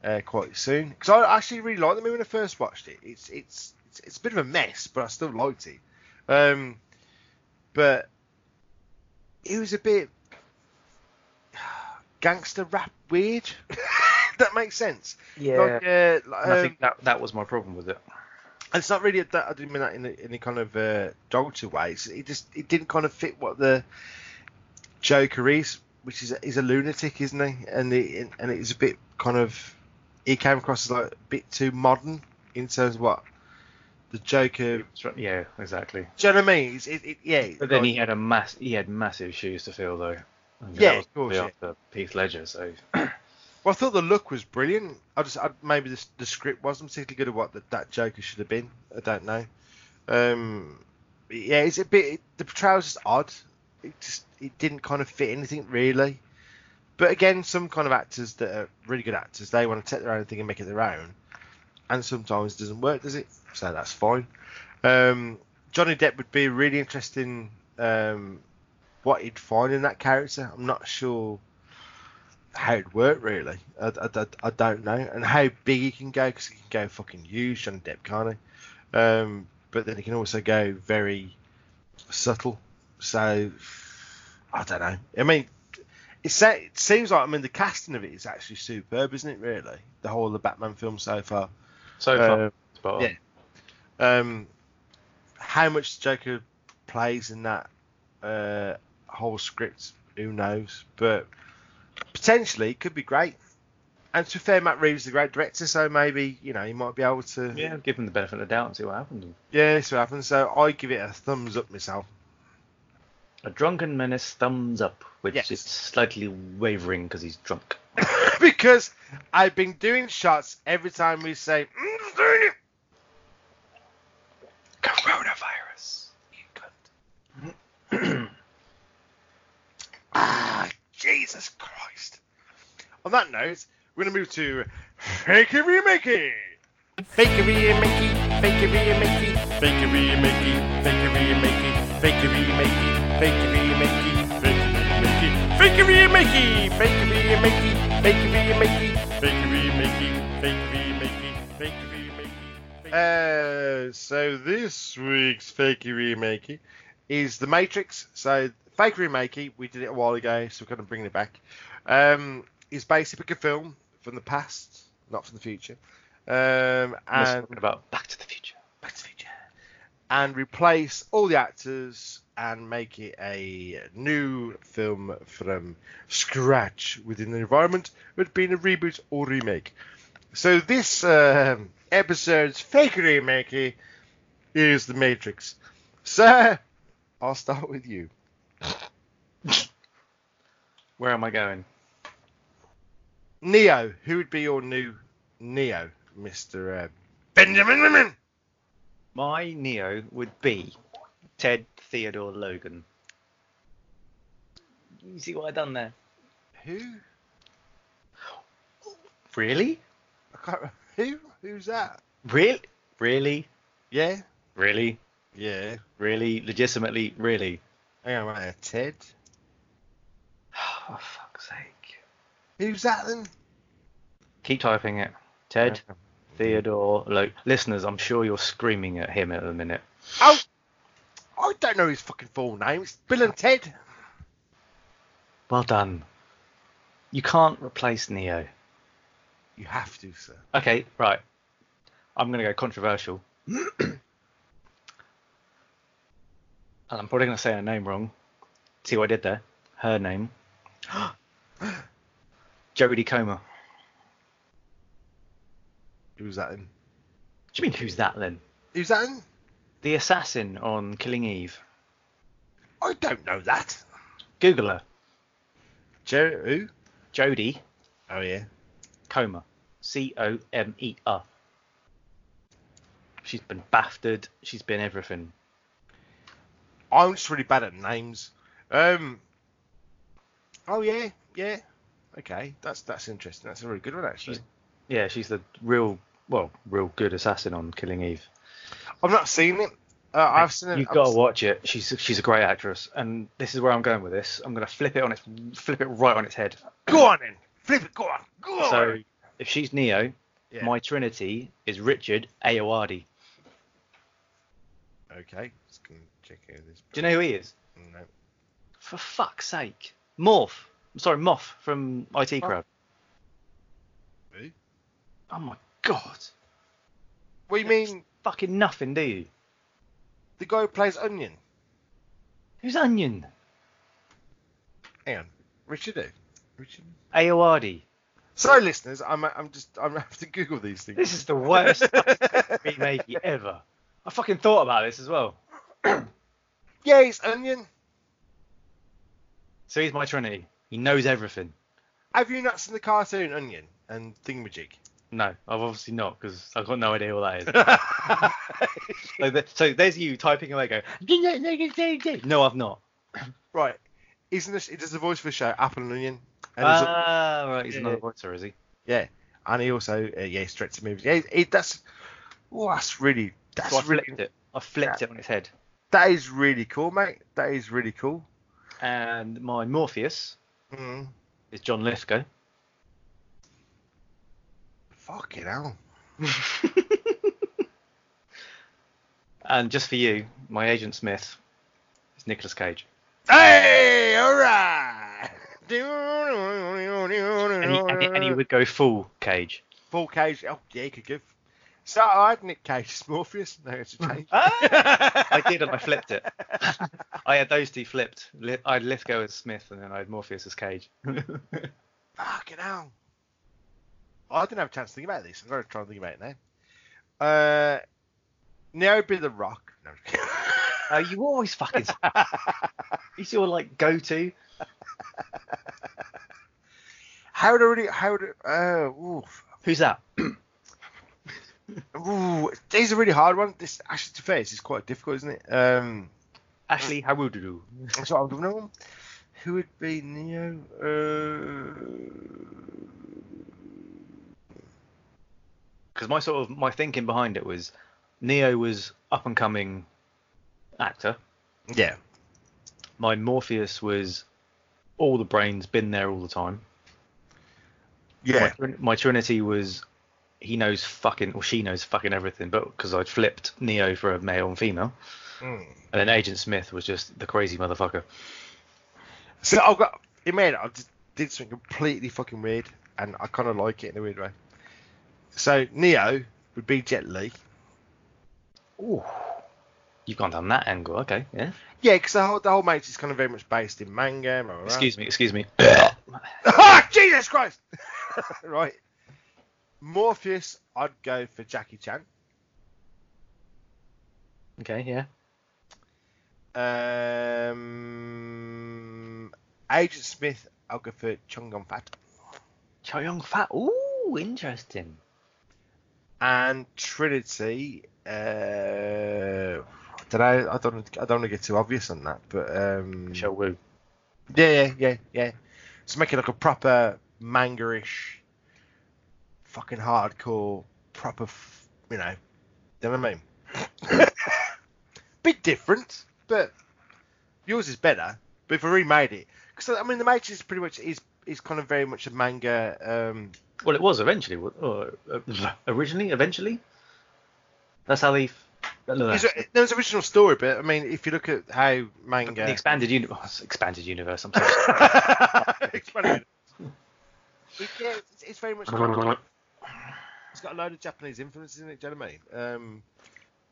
Speaker 1: uh, quite soon because I actually really liked the movie when I first watched it. It's it's it's, it's a bit of a mess, but I still liked it. Um, but it was a bit gangster rap weird. that makes sense. Like, uh, like,
Speaker 4: and I
Speaker 1: um,
Speaker 4: think that that was my problem with it.
Speaker 1: it's not really that I didn't mean that in a- any kind of uh, derogatory way. It's, it just it didn't kind of fit what the Joker is, which is he's a lunatic, isn't he? And it and it was a bit kind of he came across as like a bit too modern in terms of what the Joker. Do
Speaker 4: Yeah, exactly.
Speaker 1: you know what I mean? It's, it, it, yeah.
Speaker 4: But then
Speaker 1: like-
Speaker 4: he had a mass he had massive shoes to fill though. I mean,
Speaker 1: Yeah,
Speaker 4: that was
Speaker 1: of course, yeah.
Speaker 4: after Heath Ledger, so
Speaker 1: Well, I thought the look was brilliant. I just I, maybe the, the script wasn't particularly good at what the, that Joker should have been. I don't know. Um, yeah, it's a bit the portrayal was just odd. It just it didn't kind of fit anything really. But again, some kind of actors that are really good actors, they want to take their own thing and make it their own. And sometimes it doesn't work, does it? So that's fine. Um, Johnny Depp would be really interesting. Um, what he'd find in that character, I'm not sure how it worked really. I, I- I- I don't know, and how big he can go because he can go fucking huge on Depp, can't he? Um, but then he can also go very subtle. So I don't know. I mean, it, sa- it seems like I mean the casting of it is actually superb, isn't it? Really, the whole of the Batman film so far.
Speaker 4: so
Speaker 1: Uh,
Speaker 4: far. spot on.
Speaker 1: yeah. Um, how much Joker plays in that uh, whole script, who knows? But potentially, it could be great. And to be fair, Matt Reeves is a great director, so maybe you know he might be able to.
Speaker 4: Yeah, give him the benefit of the doubt and see what happens.
Speaker 1: Yeah, see what happens. So I give it a thumbs up myself.
Speaker 4: A drunken menace thumbs up, which
Speaker 1: Yes.
Speaker 4: is slightly wavering because he's drunk.
Speaker 1: because I've been doing shots every time we say mm, doing it.
Speaker 4: Coronavirus. You cunt.
Speaker 1: Ah, Jesus Christ. On that note, we're going to move to Fakery Mickey.
Speaker 8: Fakery and Mickey, fakery and Mickey, fakery and Mickey, fakery and Mickey, fakery and Mickey, fakery and Mickey, fakery and Mickey, fakery and Mickey, fakery and Mickey, fakery and Mickey, fakery and Mickey, fakery and Mickey, fakery and Mickey.
Speaker 1: Uh, so this week's Fakery Makey is The Matrix. So Fakery Makey, we did it a while ago, so we're kind of bringing it back. Um, is basically a film from the past, not from the future. Um,
Speaker 4: Unless we're
Speaker 1: and
Speaker 4: talking about Back to the Future.
Speaker 1: Back to the Future. And replace all the actors and make it a new film from scratch within the environment, but being a reboot or remake. So this um, episode's fake remake is The Matrix. Sir, I'll start with you.
Speaker 4: Where am I going?
Speaker 1: Neo, who would be your new Neo, Mr. Uh, Benjamin Women?
Speaker 4: My Neo would be Ted Theodore Logan. You see what I done there?
Speaker 1: Who?
Speaker 4: Really?
Speaker 1: I can't remember. Who? Who's that?
Speaker 4: Really? Really?
Speaker 1: Yeah?
Speaker 4: Really?
Speaker 1: Yeah.
Speaker 4: Really? Legitimately? Really?
Speaker 1: Hang on a minute. Ted?
Speaker 4: Oh, for fuck's sake.
Speaker 1: Who's that then?
Speaker 4: Keep typing it. Ted Theodore Logan. Listeners, I'm sure you're screaming at him at the minute.
Speaker 1: Oh, I don't know his fucking full name. It's Bill and Ted.
Speaker 4: Well done. You can't replace Neo.
Speaker 1: You have to, sir.
Speaker 4: Okay, right. I'm going to go controversial. and I'm probably going to say her name wrong. See what I did there? Her name. Jodie Comer.
Speaker 1: Who's that then?
Speaker 4: Do you mean who's that then?
Speaker 1: Who's that then?
Speaker 4: The assassin on Killing Eve.
Speaker 1: I don't know that.
Speaker 4: Google her.
Speaker 1: Jerry, who?
Speaker 4: Jodie
Speaker 1: Oh, yeah.
Speaker 4: Comer. C O M E R. She's been BAFTA'd. She's been everything.
Speaker 1: I'm just really bad at names. Um. Oh, yeah. Yeah. Okay. That's that's interesting. That's a really good one, actually.
Speaker 4: Yeah, she's the real, well, real good assassin on Killing Eve.
Speaker 1: I've not seen it. Uh, I've seen it.
Speaker 4: You've
Speaker 1: I've
Speaker 4: got to
Speaker 1: s-
Speaker 4: watch it. She's she's a great actress, and this is where I'm going with this. I'm going to flip it on its flip it right on its head.
Speaker 1: Go on then. Flip it. Go on. Go on.
Speaker 4: So if she's Neo,
Speaker 1: Yeah.
Speaker 4: my Trinity is Richard Ayoade.
Speaker 1: Okay. Just gonna check out this.
Speaker 4: Do you know who he is?
Speaker 1: No.
Speaker 4: For fuck's sake, Morph. I'm sorry, Moth from IT Crowd.
Speaker 1: Who?
Speaker 4: Oh my god,
Speaker 1: What do you mean?
Speaker 4: fucking nothing, do you?
Speaker 1: The guy who plays Onion.
Speaker 4: Who's Onion?
Speaker 1: Hang on. Richard who? Richard?
Speaker 4: Ayoade.
Speaker 1: Sorry, listeners. I'm I'm just I'm gonna have to Google these things.
Speaker 4: This is the worst fucking remake ever. I fucking thought about this as well.
Speaker 1: Yeah, it's Onion.
Speaker 4: So he's my Trinity. He knows everything.
Speaker 1: Have you not seen the cartoon Onion and Thingamajig?
Speaker 4: No, I've obviously not because I've got no idea what that is. so, th- so there's you typing away, going, no, I've not.
Speaker 1: right. Isn't this? It does the voice for the show Apple and Onion. And there's a-
Speaker 4: Ah, right, he's another voicer, is he?
Speaker 1: yeah, and he also uh, yeah stretches movies. Yeah, it, that's oh, that's really that's
Speaker 4: So I flipped
Speaker 1: really
Speaker 4: it. I flipped it on its head.
Speaker 1: that is really cool, mate. That is really cool.
Speaker 4: And my Morpheus Mm-hmm.
Speaker 1: Mm.
Speaker 4: is John Lithgow.
Speaker 1: Fucking hell.
Speaker 4: and just for you, my Agent Smith is Nicolas Cage.
Speaker 1: Hey, all right.
Speaker 4: And he, and, he, and he would go full Cage.
Speaker 1: Paul Cage. Oh, yeah, he could give. So I had Nick Cage as Morpheus. No, it's a change.
Speaker 4: I did, and I flipped it. I had those two flipped. Li- I had Lithgow as Smith, and then I had Morpheus as Cage.
Speaker 1: Fucking hell. I didn't have a chance to think about this. I'm going to try and think about it now. Uh, Neo be the Rock. No, I'm just kidding.
Speaker 4: Oh, you always fucking. He's your like go-to.
Speaker 1: how do we? How do? Uh, oof.
Speaker 4: Who's that?
Speaker 1: Ooh, this is a really hard one. This actually, to be fair, this is quite difficult, isn't it? Um,
Speaker 4: Ashley Haruduru.
Speaker 1: so I don't know who would be Neo. Uh,
Speaker 4: because my sort of my thinking behind it was Neo was up and coming actor.
Speaker 1: Yeah.
Speaker 4: My Morpheus was all the brains, been there all the time. My,
Speaker 1: Yeah.
Speaker 4: Trin- my Trinity was he knows fucking or she knows fucking everything, but because I'd flipped Neo for a male and female, and then Agent Smith was just the crazy motherfucker.
Speaker 1: So I've got in my head, I just did something completely fucking weird, and I kind of like it in a weird way. So Neo would be Jet Li.
Speaker 4: You've gone down that angle, okay? Yeah.
Speaker 1: Yeah, because the whole the whole Matrix is kind of very much based in manga. blah, blah, blah.
Speaker 4: Excuse me, excuse me.
Speaker 1: Ah, Jesus Christ! right. Morpheus, I'd go for Jackie Chan.
Speaker 4: okay, yeah.
Speaker 1: Um, Agent Smith, I'll go for Chung Gun Fat.
Speaker 4: Choyong Fat. Ooh, interesting.
Speaker 1: And Trinity, uh, I don't know. I don't. I don't want to get too obvious on that, but um,
Speaker 4: Michelle Wu.
Speaker 1: yeah, yeah, yeah, yeah. So make it like a proper manga-ish, fucking hardcore, proper, f- you know, you know what I mean? Bit different, but yours is better. But if I remade it, because I mean, the Matrix is pretty much is is kind of very much a manga. Um,
Speaker 4: Well, it was eventually. wa- Or, uh, originally, eventually. That's how they. f- No, no, no.
Speaker 1: it's a- There's an original story, but I mean, if you look at how
Speaker 4: The
Speaker 1: manga
Speaker 4: expanded universe. Expanded universe. I'm sorry.
Speaker 1: it's, funny. It- yeah, it's, it's very much. it's got a load of Japanese influences in it. Do you know what I mean? Um,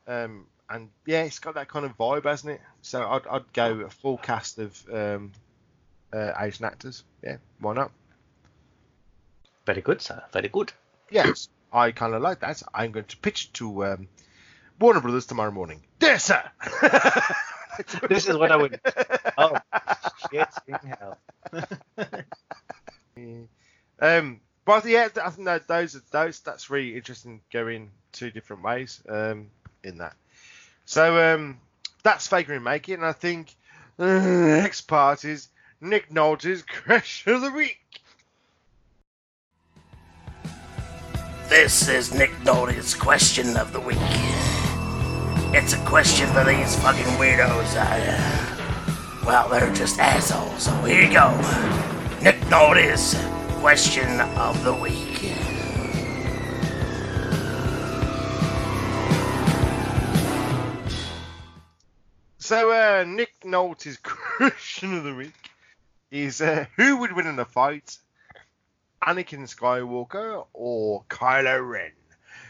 Speaker 1: um, and yeah, it's got that kind of vibe, hasn't it? So I'd, I'd go a full cast of um, uh, Asian actors. Yeah, why not?
Speaker 4: Very good, sir. Very good.
Speaker 1: Yes, I kind of like that. I'm going to pitch it to um, Warner Brothers tomorrow morning. There, sir.
Speaker 4: This is what I would. Oh, shit in hell.
Speaker 1: Um, but I think, yeah, I think that those are those. That's really interesting going two different ways um, in that. So um, that's Faker and Make It, and I think uh, next part is Nick Nolte's Crash of the Week.
Speaker 9: This is Nick Nolte's question of the week. It's a question for these fucking weirdos. I, uh, well, they're just assholes. So here you go. Nick Nolte's question of the week.
Speaker 1: So uh, Nick Nolte's question of the week is uh, who would win in a fight, Anakin Skywalker or Kylo Ren?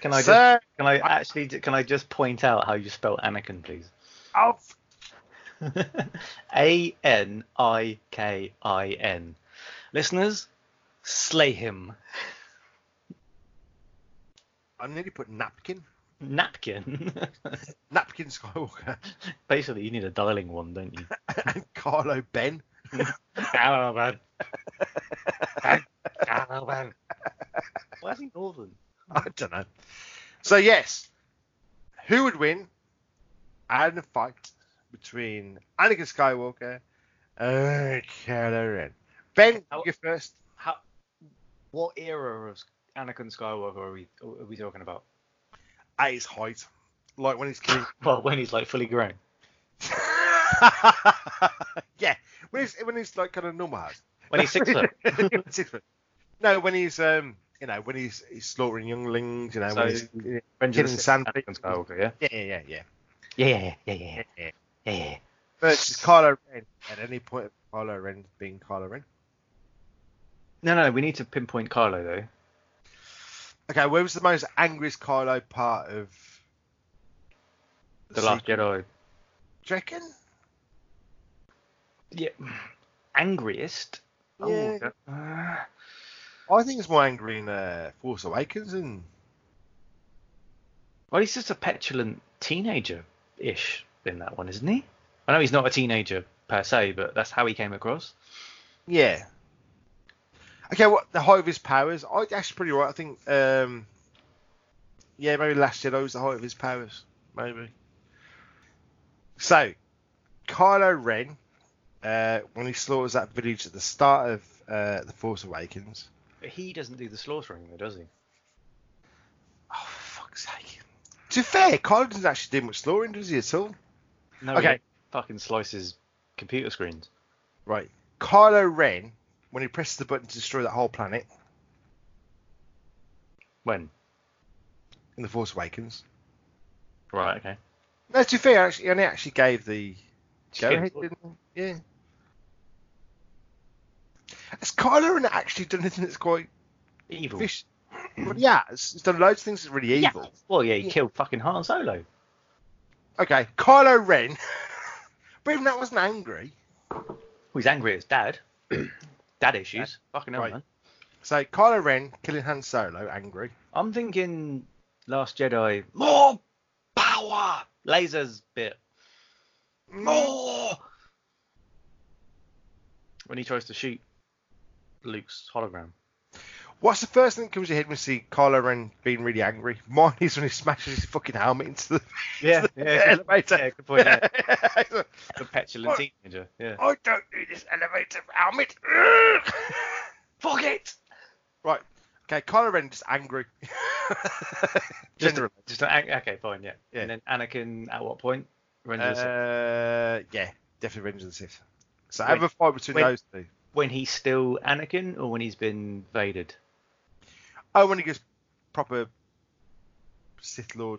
Speaker 4: Can I just?
Speaker 1: Sir,
Speaker 4: Can I actually? Can I just point out how you spell Anakin, please?
Speaker 1: I'll
Speaker 4: A N I K I N. Listeners, slay him.
Speaker 1: I nearly put napkin.
Speaker 4: Napkin.
Speaker 1: Napkin Skywalker
Speaker 4: Basically, you need a dialing one, don't you?
Speaker 1: and Carlo Ben.
Speaker 4: Hello, man. Hello, man. Why is he northern?
Speaker 1: I don't know. So yes, who would win in a fight between Anakin Skywalker and Kylo Ren? Ben,
Speaker 4: How-
Speaker 1: you first.
Speaker 4: How? What era of Anakin Skywalker are we are we talking about?
Speaker 1: At his height, like when he's killing.
Speaker 4: Well, when he's like fully grown.
Speaker 1: yeah, when he's when he's like kind of normal. height.
Speaker 4: When he's six foot.
Speaker 1: Six foot. no, when he's um, you know, when he's, he's slaughtering younglings, you know,
Speaker 4: So,
Speaker 1: when he's
Speaker 4: Revenge of the
Speaker 1: killing
Speaker 4: Sith,
Speaker 1: sand
Speaker 4: Anakin Skywalker, yeah.
Speaker 1: Yeah, yeah, yeah, yeah.
Speaker 4: Yeah, yeah, yeah, yeah, yeah, yeah, yeah.
Speaker 1: Versus Kylo Ren at any point. Kylo Ren being Kylo Ren.
Speaker 4: No, no, we need to pinpoint Carlo though.
Speaker 1: Okay, where was the most angriest Kylo part of
Speaker 4: The Last Jedi.
Speaker 1: Do you reckon?
Speaker 4: Yeah. Angriest.
Speaker 1: Yeah.
Speaker 4: that- uh,
Speaker 1: I think it's more angry in uh, Force Awakens and
Speaker 4: well, he's just a petulant teenager-ish in that one, isn't he? I know he's not a teenager per se, but that's how he came across.
Speaker 1: yeah. Okay, what the height of his powers? I actually pretty right. I think um, yeah, maybe Last Jedi was the height of his powers, maybe. So, Kylo Ren, uh, when he slaughters that village at the start of uh, the Force Awakens,
Speaker 4: But he doesn't do the slaughtering, though, does he?
Speaker 1: oh, To be fair, Kylo doesn't actually do much slaughtering, does he at all?
Speaker 4: No,
Speaker 1: Okay.
Speaker 4: okay. Fucking slices computer screens.
Speaker 1: Right. Kylo Ren, when he presses the button to destroy that whole planet
Speaker 4: When?
Speaker 1: in The Force Awakens.
Speaker 4: Right. Okay.
Speaker 1: No, to be fair, actually, he only actually gave the
Speaker 4: Just
Speaker 1: go
Speaker 4: kidding.
Speaker 1: ahead, didn't he? Yeah. Has Kylo Ren actually done anything that's quite
Speaker 4: Evil.
Speaker 1: fish? Well, he has. He's done loads of things that's really
Speaker 4: Yeah.
Speaker 1: evil.
Speaker 4: Well, yeah, he
Speaker 1: Yeah.
Speaker 4: killed fucking Han Solo.
Speaker 1: Okay, Kylo Ren. but even that wasn't angry.
Speaker 4: Well, he's angry at his dad. dad issues. Fucking hell,
Speaker 1: Right.
Speaker 4: man.
Speaker 1: So Kylo Ren killing Han Solo, angry.
Speaker 4: I'm thinking Last Jedi. More power. Lasers bit. More. When he tries to shoot Luke's hologram.
Speaker 1: What's the first thing that comes to your head when you see Kylo Ren being really angry? Mine is when he smashes his fucking helmet into the
Speaker 4: Yeah.
Speaker 1: elevator.
Speaker 4: yeah, good point, yeah.
Speaker 1: yeah.
Speaker 4: The petulant teenager. Yeah.
Speaker 1: I don't need this elevator helmet.
Speaker 4: Fuck it.
Speaker 1: right. Okay, Kylo Ren just angry.
Speaker 4: Just,
Speaker 1: Generally.
Speaker 4: just an, ang- okay, fine, yeah.
Speaker 1: Yeah.
Speaker 4: And then Anakin at what point? Revenge of the
Speaker 1: Uh,
Speaker 4: Sith.
Speaker 1: yeah, definitely Revenge of the Sith. So
Speaker 4: Wait,
Speaker 1: have a fight between
Speaker 4: wait.
Speaker 1: those two.
Speaker 4: When he's still Anakin, or when he's been vaded?
Speaker 1: Oh, when he goes proper Sith Lord.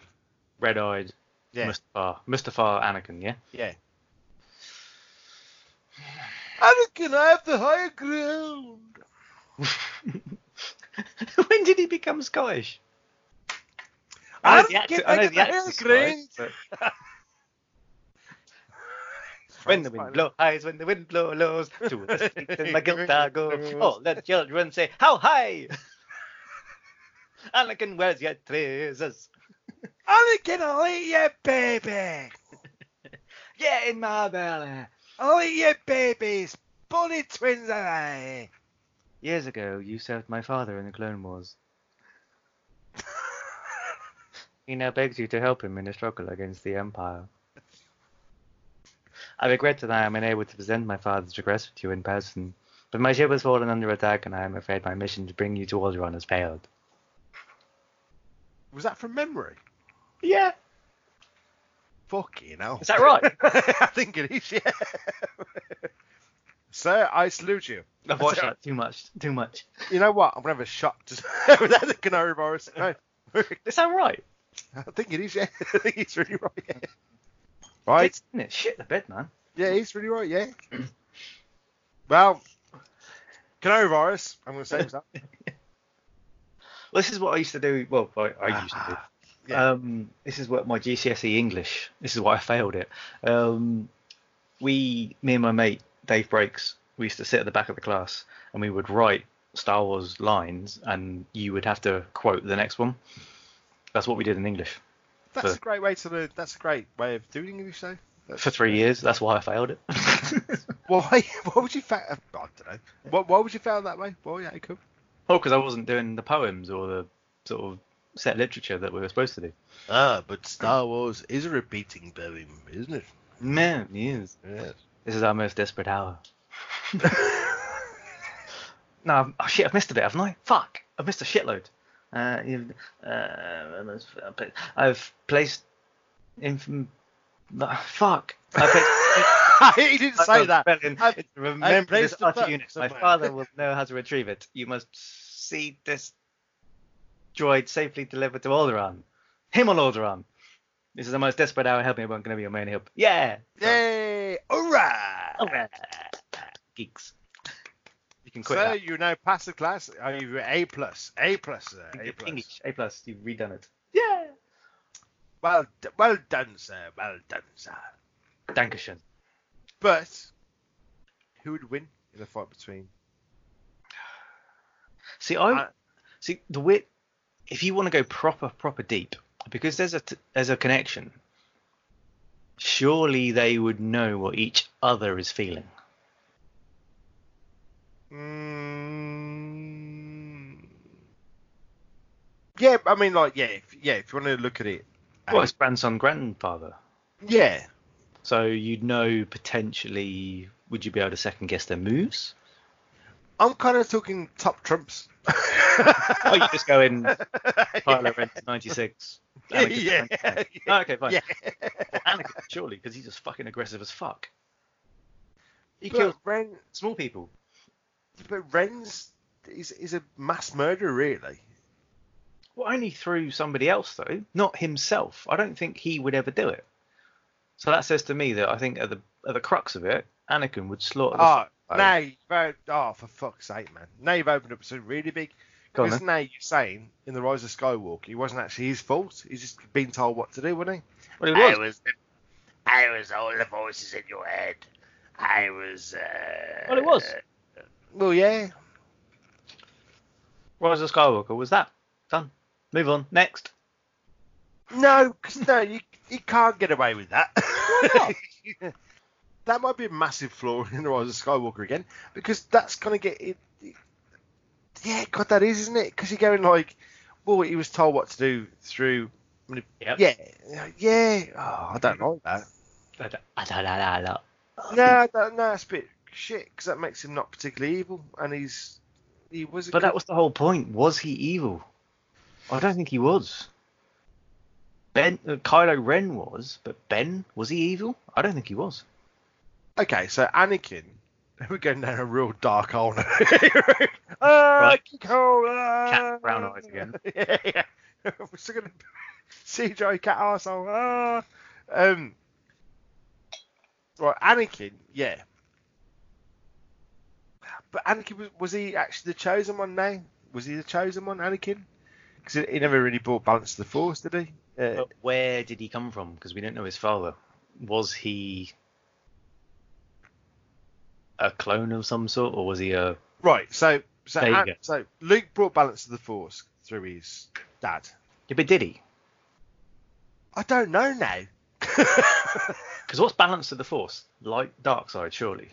Speaker 4: Red-eyed
Speaker 1: Yeah,
Speaker 4: Mustafar, Mustafar Anakin, yeah.
Speaker 1: yeah. Anakin, I have the higher ground.
Speaker 4: when did he become Scottish?
Speaker 1: I
Speaker 4: know the
Speaker 1: don't
Speaker 4: actor-
Speaker 1: get
Speaker 4: I know
Speaker 1: that
Speaker 4: the
Speaker 1: in my
Speaker 4: actor's
Speaker 1: head,
Speaker 4: Scottish, but- When the wind blows high, when the wind blow lows, to the street and my guilt I go. All the children say, "How high?" Anakin, where's your trousers?
Speaker 1: Anakin, I'll eat your baby.
Speaker 4: Yeah, in my belly.
Speaker 1: I'll eat your babies. Bully twins are they?
Speaker 4: Years ago, you served my father in the Clone Wars. he now begs you to help him in his struggle against the Empire. I regret that I am unable to present my father's regrets to you in person, but my ship has fallen under attack, and I am afraid my mission to bring you to Alderaan has failed.
Speaker 1: Was that from memory?
Speaker 4: Yeah,
Speaker 1: Fucking hell.
Speaker 4: is that right?
Speaker 1: I think it is, yeah. Sir, I salute you.
Speaker 4: I've watched that too much, too much.
Speaker 1: You know what? I'm gonna have a shot to with that canary virus. No,
Speaker 4: Does that sound right?
Speaker 1: I think it is. Yeah, I think he's really right. Yeah. Right?
Speaker 4: It's isn't it? Shit the bed, man.
Speaker 1: yeah, he's really right. Yeah. well, canary virus. I'm gonna say that.
Speaker 4: This is what I used to do. Well, I, I used to do.
Speaker 1: Yeah.
Speaker 4: Um, this is what my GCSE E English. This is why I failed it. Um, we, me and my mate Dave Breaks, we used to sit at the back of the class and we would write Star Wars lines, and you would have to quote the next one. That's what we did in English
Speaker 1: That's
Speaker 4: for-
Speaker 1: a great way to learn. That's a great way of doing English, though.
Speaker 4: for three years. That's why I failed it.
Speaker 1: Why? Why would you fa- I don't know. Why, why would you fail that way? Why would you come?
Speaker 4: oh, because I wasn't doing the poems or the sort of set literature that we were supposed to do.
Speaker 1: Ah, but Star Wars is a repeating poem, isn't it?
Speaker 4: Man, yes.
Speaker 1: Yes.
Speaker 4: This is our most desperate hour. no, I've, oh shit, I've missed a bit, haven't I? Fuck, I've missed a shitload. Uh, you've, uh, I've placed. Inf- fuck. I placed.
Speaker 1: he didn't say that. I've-
Speaker 4: I've, remember
Speaker 1: I've placed
Speaker 4: this
Speaker 1: the
Speaker 4: utter
Speaker 1: button
Speaker 4: unit. My
Speaker 1: somewhere.
Speaker 4: father will know how to retrieve it. You must see this droid safely delivered to Alderaan. Him on Alderaan. This is the most desperate hour. Help me, everyone. Gonna be your main help. Yeah.
Speaker 1: Yay! Hurrah!
Speaker 4: Geeks. You can quit
Speaker 1: So
Speaker 4: that.
Speaker 1: you now pass the class. Are you A plus? A plus, sir. A
Speaker 4: It's
Speaker 1: plus.
Speaker 4: English. A plus. You've redone it. Yeah.
Speaker 1: Well, d- well done, sir. Well done, sir.
Speaker 4: Dankeschön.
Speaker 1: But who would win in a fight between?
Speaker 4: See, I
Speaker 1: I-
Speaker 4: see the wit. If you want to go proper, proper deep, because there's a t- there's a connection. Surely they would know what each other is feeling.
Speaker 1: Mm... Yeah, I mean, like, yeah, if, yeah. If you want to look at it,
Speaker 4: Well, it's grandson, grandfather.
Speaker 1: yeah,
Speaker 4: So you'd know potentially. Would you be able to second guess their moves?
Speaker 1: I'm kind of talking top trumps.
Speaker 4: Oh, you just go in Kylo Ren 96. Anakin's
Speaker 1: Yeah.
Speaker 4: 99. Oh, okay, fine.
Speaker 1: Yeah.
Speaker 4: Well, Anakin, surely, because he's just fucking aggressive as fuck. He kills
Speaker 1: But Ren,
Speaker 4: small people.
Speaker 1: but Ren's is is a mass murderer, really.
Speaker 4: Well, only through somebody else, though, not himself. I don't think he would ever do it. So that says to me that I think at the at the crux of it, Anakin would slaughter. the
Speaker 1: Oh,
Speaker 4: fuck out
Speaker 1: now
Speaker 4: of-
Speaker 1: you've o- oh for fuck's sake, man! Now you've opened up some really big.
Speaker 4: Go on,
Speaker 1: Because
Speaker 4: then.
Speaker 1: now you're saying in the Rise of Skywalker, it wasn't actually his fault. He's just been told what to do, wasn't he?
Speaker 4: Well,
Speaker 9: I
Speaker 4: he was.
Speaker 9: was, I was all the voices in your head. I was. Uh,
Speaker 4: Well, it was.
Speaker 1: Well, yeah.
Speaker 4: Rise of Skywalker was that done. Move on. Next.
Speaker 1: No, 'cause no, you you can't get away with that. that might be a massive flaw in the Rise of Skywalker again, because that's gonna get it. it- yeah, God, that is, isn't it? Because you're going like, well, he was told what to do through.
Speaker 4: Yep.
Speaker 1: Yeah, yeah. Oh, I don't like that.
Speaker 4: Da, da, da, da, da, da.
Speaker 1: No, that, no, that's a bit shit because that makes him not particularly evil, and he's he was. A
Speaker 4: But
Speaker 1: good-
Speaker 4: that was the whole point. Was he evil? I don't think he was. Ben, uh, Kylo Ren was, but Ben was he evil? I don't think he was.
Speaker 1: okay. So Anakin, we're going down a real dark hole. now. Anakin Cola.
Speaker 4: Cat brown eyes again.
Speaker 1: yeah, yeah. we're still gonna CJ cat arsehole. Ah. Um. Right, Anakin, yeah. But Anakin was, was he actually the chosen one now? Was he the chosen one, Anakin? Because he never really brought balance to the Force, did he? Uh,
Speaker 4: But where did he come from? Because we don't know his father. Was he a clone of some sort, or was he a?
Speaker 1: Right. So so,
Speaker 4: There you
Speaker 1: An-
Speaker 4: go.
Speaker 1: so Luke brought balance to the Force through his dad.
Speaker 4: Yeah, but did he?
Speaker 1: I don't know now.
Speaker 4: Because what's balance to the Force? Light, dark side, surely.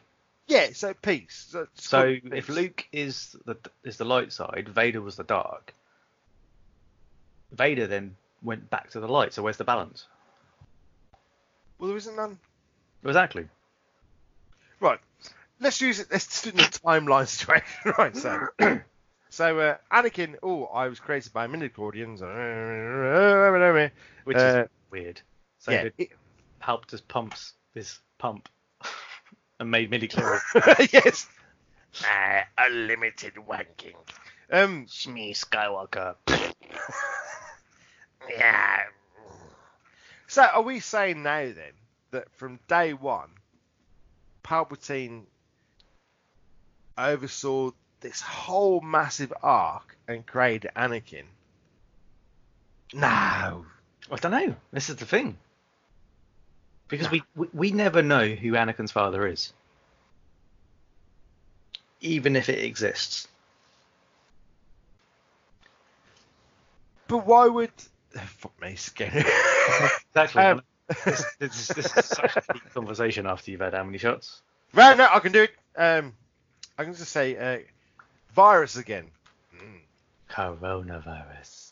Speaker 1: yeah. So peace. So,
Speaker 4: So if Luke is the is the light side, Vader was the dark. Vader then went back to the light. So where's the balance?
Speaker 1: well, there isn't none.
Speaker 4: Exactly.
Speaker 1: Right. Let's use it. Let's just do the timeline situation. Right. So, so uh, Anakin. Oh, I was created by midichlorians.
Speaker 4: Which
Speaker 1: Uh,
Speaker 4: is weird. So
Speaker 1: Yeah.
Speaker 4: it helped us pumps this pump and made midi chlorians.
Speaker 1: yes.
Speaker 9: Uh, unlimited wanking.
Speaker 1: Um.
Speaker 9: It's me, Skywalker.
Speaker 1: Yeah. So are we saying now then that from day one, Palpatine oversaw this whole massive arc and created Anakin? No.
Speaker 4: I don't know. This is the thing. Because we, we we never know who Anakin's father is. Even if it exists.
Speaker 1: But why would? Fuck me, skin.
Speaker 4: Exactly.
Speaker 1: Um,
Speaker 4: this, this, this is such a deep conversation after you've had how many shots?
Speaker 1: right, no, I can do it. Um, I can just say uh, virus again.
Speaker 4: Coronavirus.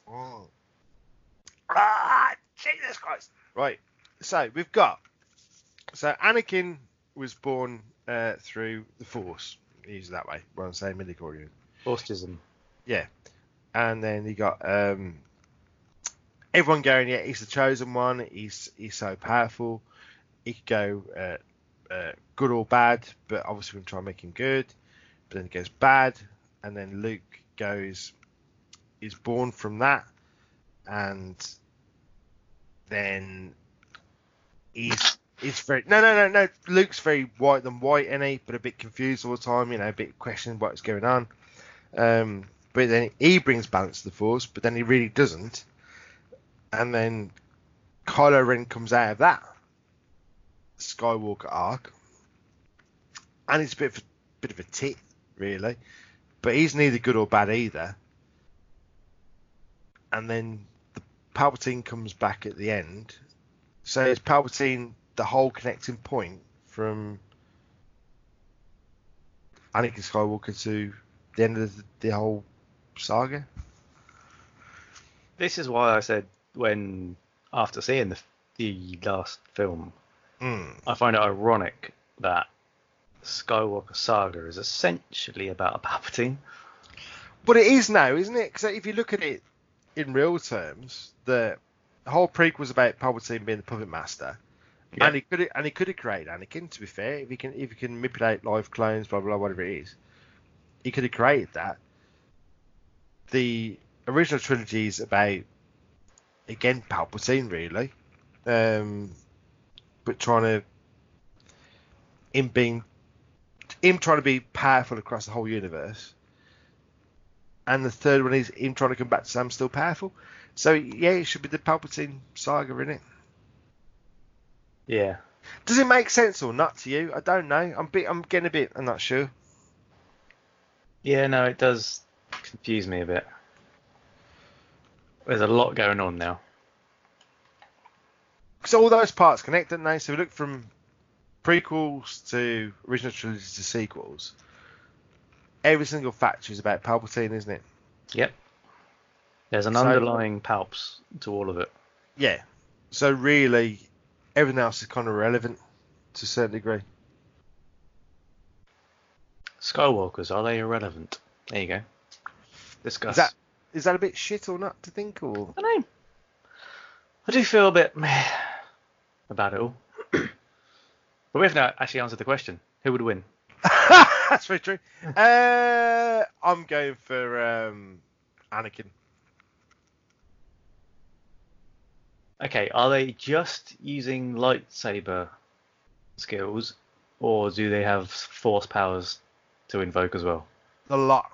Speaker 1: Ah, Jesus Christ! Right. So we've got. So Anakin was born uh, through the Force. Use it that way. Well, I'm saying midichlorian.
Speaker 4: Autism.
Speaker 1: Yeah. And then you got um, everyone going, yeah, he's the chosen one. He's he's so powerful. He could go uh, uh, good or bad, but obviously we're trying to make him good. But then he goes bad, and then Luke goes is born from that, and then he's. He's very no no no no. Luke's very white than white, and he but a bit confused all the time. You know, a bit questioning what's going on. Um, but then he brings balance to the force, but then he really doesn't. And then Kylo Ren comes out of that Skywalker arc, and he's a bit of a, bit of a tit, really. But he's neither good or bad either. And then the Palpatine comes back at the end. So is Palpatine the whole connecting point from Anakin Skywalker to the end of the, the whole saga.
Speaker 4: This is why I said when after seeing the the last film, I find it ironic that Skywalker Saga is essentially about a Palpatine.
Speaker 1: But it is now, isn't it? Because if you look at it in real terms, the whole prequel was about Palpatine being the puppet master,
Speaker 4: Yeah.
Speaker 1: and he could and he could have created Anakin. To be fair, if he can if he can manipulate live clones, blah blah, blah whatever it is, he could have created that. The original trilogy is about again Palpatine, really, um, but trying to him being him trying to be powerful across the whole universe and the third one is him trying to come back to Sam still powerful. So yeah, it should be the Palpatine saga, in it?
Speaker 4: Yeah.
Speaker 1: Does it make sense or not to you? I don't know. I'm bit, I'm getting a bit. I'm not sure.
Speaker 4: Yeah, no, it does confuse me a bit. There's a lot going on now.
Speaker 1: Because all those parts connect, don't they? So we look from prequels to original trilogy to sequels. Every single factor is about Palpatine, isn't it?
Speaker 4: Yep. There's an
Speaker 1: So-
Speaker 4: underlying palps to all of it.
Speaker 1: Yeah. So really, everything else is kind of relevant to a certain degree.
Speaker 4: Skywalkers, are they irrelevant? There you go. Discuss.
Speaker 1: Is that is that a bit shit or not to think or?
Speaker 4: I don't know. I do feel a bit meh about it all. but we've now actually answered the question. Who would win?
Speaker 1: That's very true. Uh, I'm going for um, Anakin.
Speaker 4: Okay, are they just using lightsaber skills, or do they have force powers to invoke as well?
Speaker 1: The lot.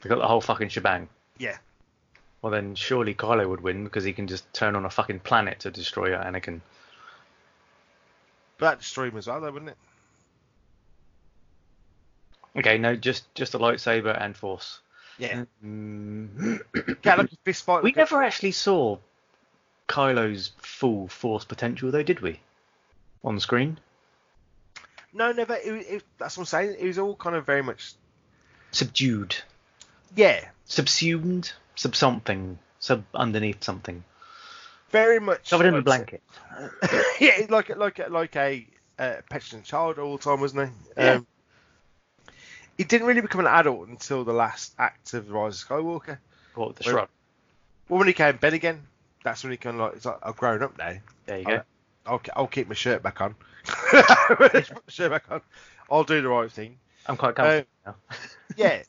Speaker 4: They got the whole fucking shebang.
Speaker 1: Yeah.
Speaker 4: Well, then surely Kylo would win because he can just turn on a fucking planet to destroy Anakin.
Speaker 1: But that'd destroy him as well, though, wouldn't it?
Speaker 4: Okay, no, just just a lightsaber and force.
Speaker 1: Yeah.
Speaker 4: Mm.
Speaker 1: Get like a fist fight.
Speaker 4: we
Speaker 1: like a-
Speaker 4: never actually saw Kylo's full force potential, though, did we? On screen,
Speaker 1: No, never. It, was- it, that's what I'm saying. It was all kind of very much.
Speaker 4: subdued,
Speaker 1: Yeah.
Speaker 4: subsumed, sub something, sub underneath something,
Speaker 1: Very much.
Speaker 4: covered in a
Speaker 1: like-
Speaker 4: blanket.
Speaker 1: yeah, it's like like like a uh, petulant child all the time, wasn't he?
Speaker 4: Yeah.
Speaker 1: Um, he didn't really become an adult until the last act of Rise of Skywalker.
Speaker 4: What the
Speaker 1: Well-
Speaker 4: shrub?
Speaker 1: Well, when he came Ben again, that's when he kind of like, it's like I've grown up now.
Speaker 4: There you go.
Speaker 1: I'll, I'll keep my shirt back on. Put my shirt back on. I'll do the right thing. Um,
Speaker 4: I'm quite comfortable now.
Speaker 1: Yeah.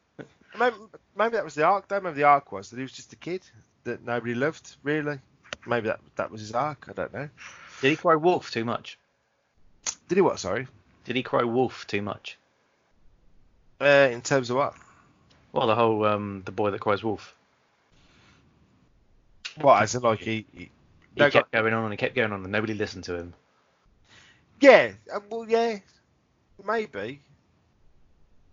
Speaker 1: maybe, maybe that was the arc. Though. Maybe the arc was that he was just a kid that nobody loved really. Maybe that that was his arc. I don't know.
Speaker 4: Did he cry wolf too much?
Speaker 1: Did he what? Sorry.
Speaker 4: Did he cry wolf too much?
Speaker 1: Uh, in terms of what?
Speaker 4: Well, the whole um, the boy that cries wolf.
Speaker 1: What? As in like he. he-
Speaker 4: He
Speaker 1: no,
Speaker 4: kept going on and he kept going on and nobody listened to him.
Speaker 1: got- yeah. uh, Well, yeah. Maybe.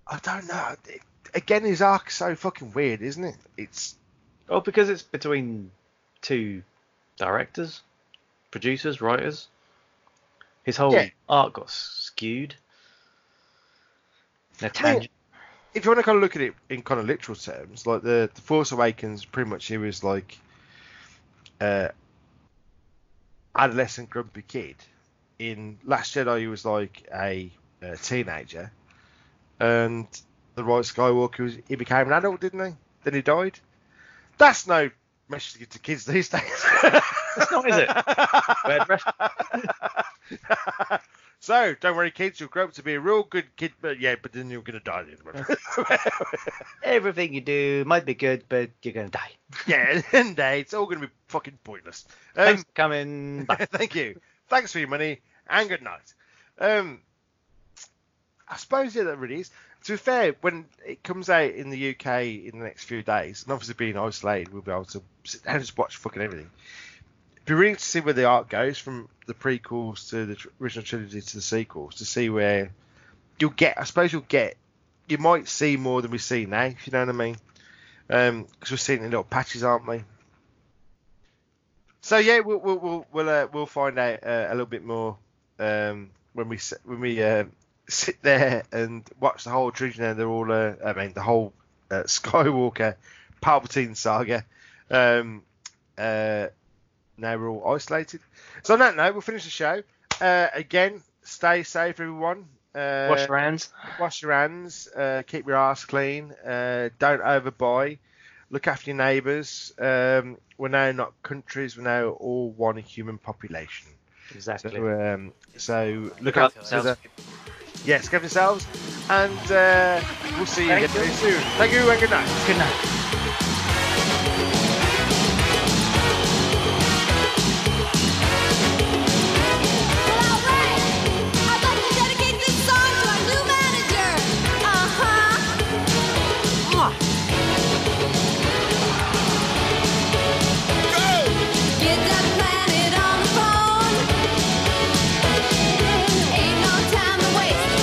Speaker 1: I don't know. It- again, his arc's so fucking weird, isn't it? It's
Speaker 4: Oh, because it's between two directors, producers, writers. His whole
Speaker 1: Yeah.
Speaker 4: art got skewed. They're
Speaker 1: I mean,
Speaker 4: tangent-
Speaker 1: if you want to kind of look at it in kind of literal terms, like the, the Force Awakens, pretty much he was like uh, adolescent grumpy kid. In Last Jedi, he was like a, uh teenager, and the Rise of Skywalker, was, he became an adult, didn't he? Then he died. That's no message to give to kids these days.
Speaker 4: It's not, is it? Bad ref-
Speaker 1: so don't worry, kids, you'll grow up to be a real good kid, but yeah, but then you're gonna die. at the end of it.
Speaker 4: Everything you do might be good, but you're going to die.
Speaker 1: Yeah, and uh, it's all going to be fucking pointless. Um,
Speaker 4: Thanks for coming back.
Speaker 1: thank you. Thanks for your money and good night. Um, I suppose yeah, that really is. To be fair, when it comes out in the UK in the next few days, and obviously being isolated, we'll be able to sit down and just watch fucking everything. It'd be really interesting to see where the art goes from the prequels to the tr- original trilogy to the sequels to see where you'll get. I suppose you'll get. You might see more than we see now, if you know what I mean. Because Um, we're seeing it in little patches, aren't we? So yeah, we'll we'll we'll we'll, uh, we'll find out uh, a little bit more um, when we sit, when we uh, sit there and watch the whole trilogy. Now they're all uh, I mean the whole uh, Skywalker Palpatine saga. Um, uh, now we're all isolated. So on that note, we'll finish the show. Uh, again, stay safe, everyone. Uh,
Speaker 4: Wash your hands.
Speaker 1: wash your hands, uh, keep your ass clean, uh, don't overbuy, look after your neighbours. Um, we're now not countries, we're now all one human population.
Speaker 4: Exactly.
Speaker 1: So, um, so look
Speaker 4: Look
Speaker 1: out
Speaker 4: after
Speaker 1: for the yes, give yourselves, and uh, we'll see you
Speaker 4: Thank
Speaker 1: again very soon. Thank you and good night.
Speaker 4: Good night.
Speaker 5: I'd like to dedicate this song to our new manager. Uh-huh. Get that planet on the phone. Ain't no time to waste.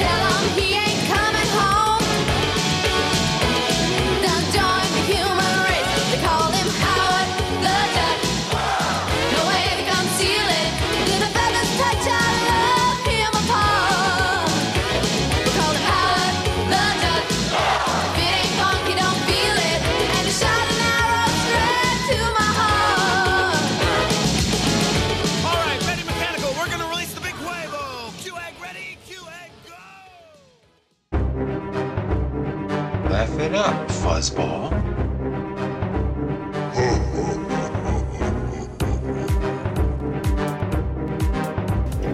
Speaker 5: Tell him he ain't coming home. Now join the human race. They call him Howard the Duck. No way to conceal it. Did the feathers touch? I love him apart. They call him Howard the Duck. If it ain't funky, don't feel it. And he shot an arrow straight to my heart.
Speaker 9: All right, Betty Mechanical, we're going to release the big huevo. Q-Egg ready, Q-Egg go!
Speaker 2: Laugh it up, fuzzball.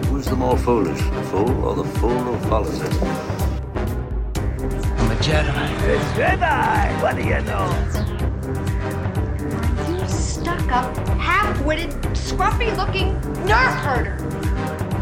Speaker 3: Who's the more foolish, the fool or the fool who follows him?
Speaker 9: I'm a Jedi.
Speaker 5: You stuck up, half witted, scruffy looking nerf herder.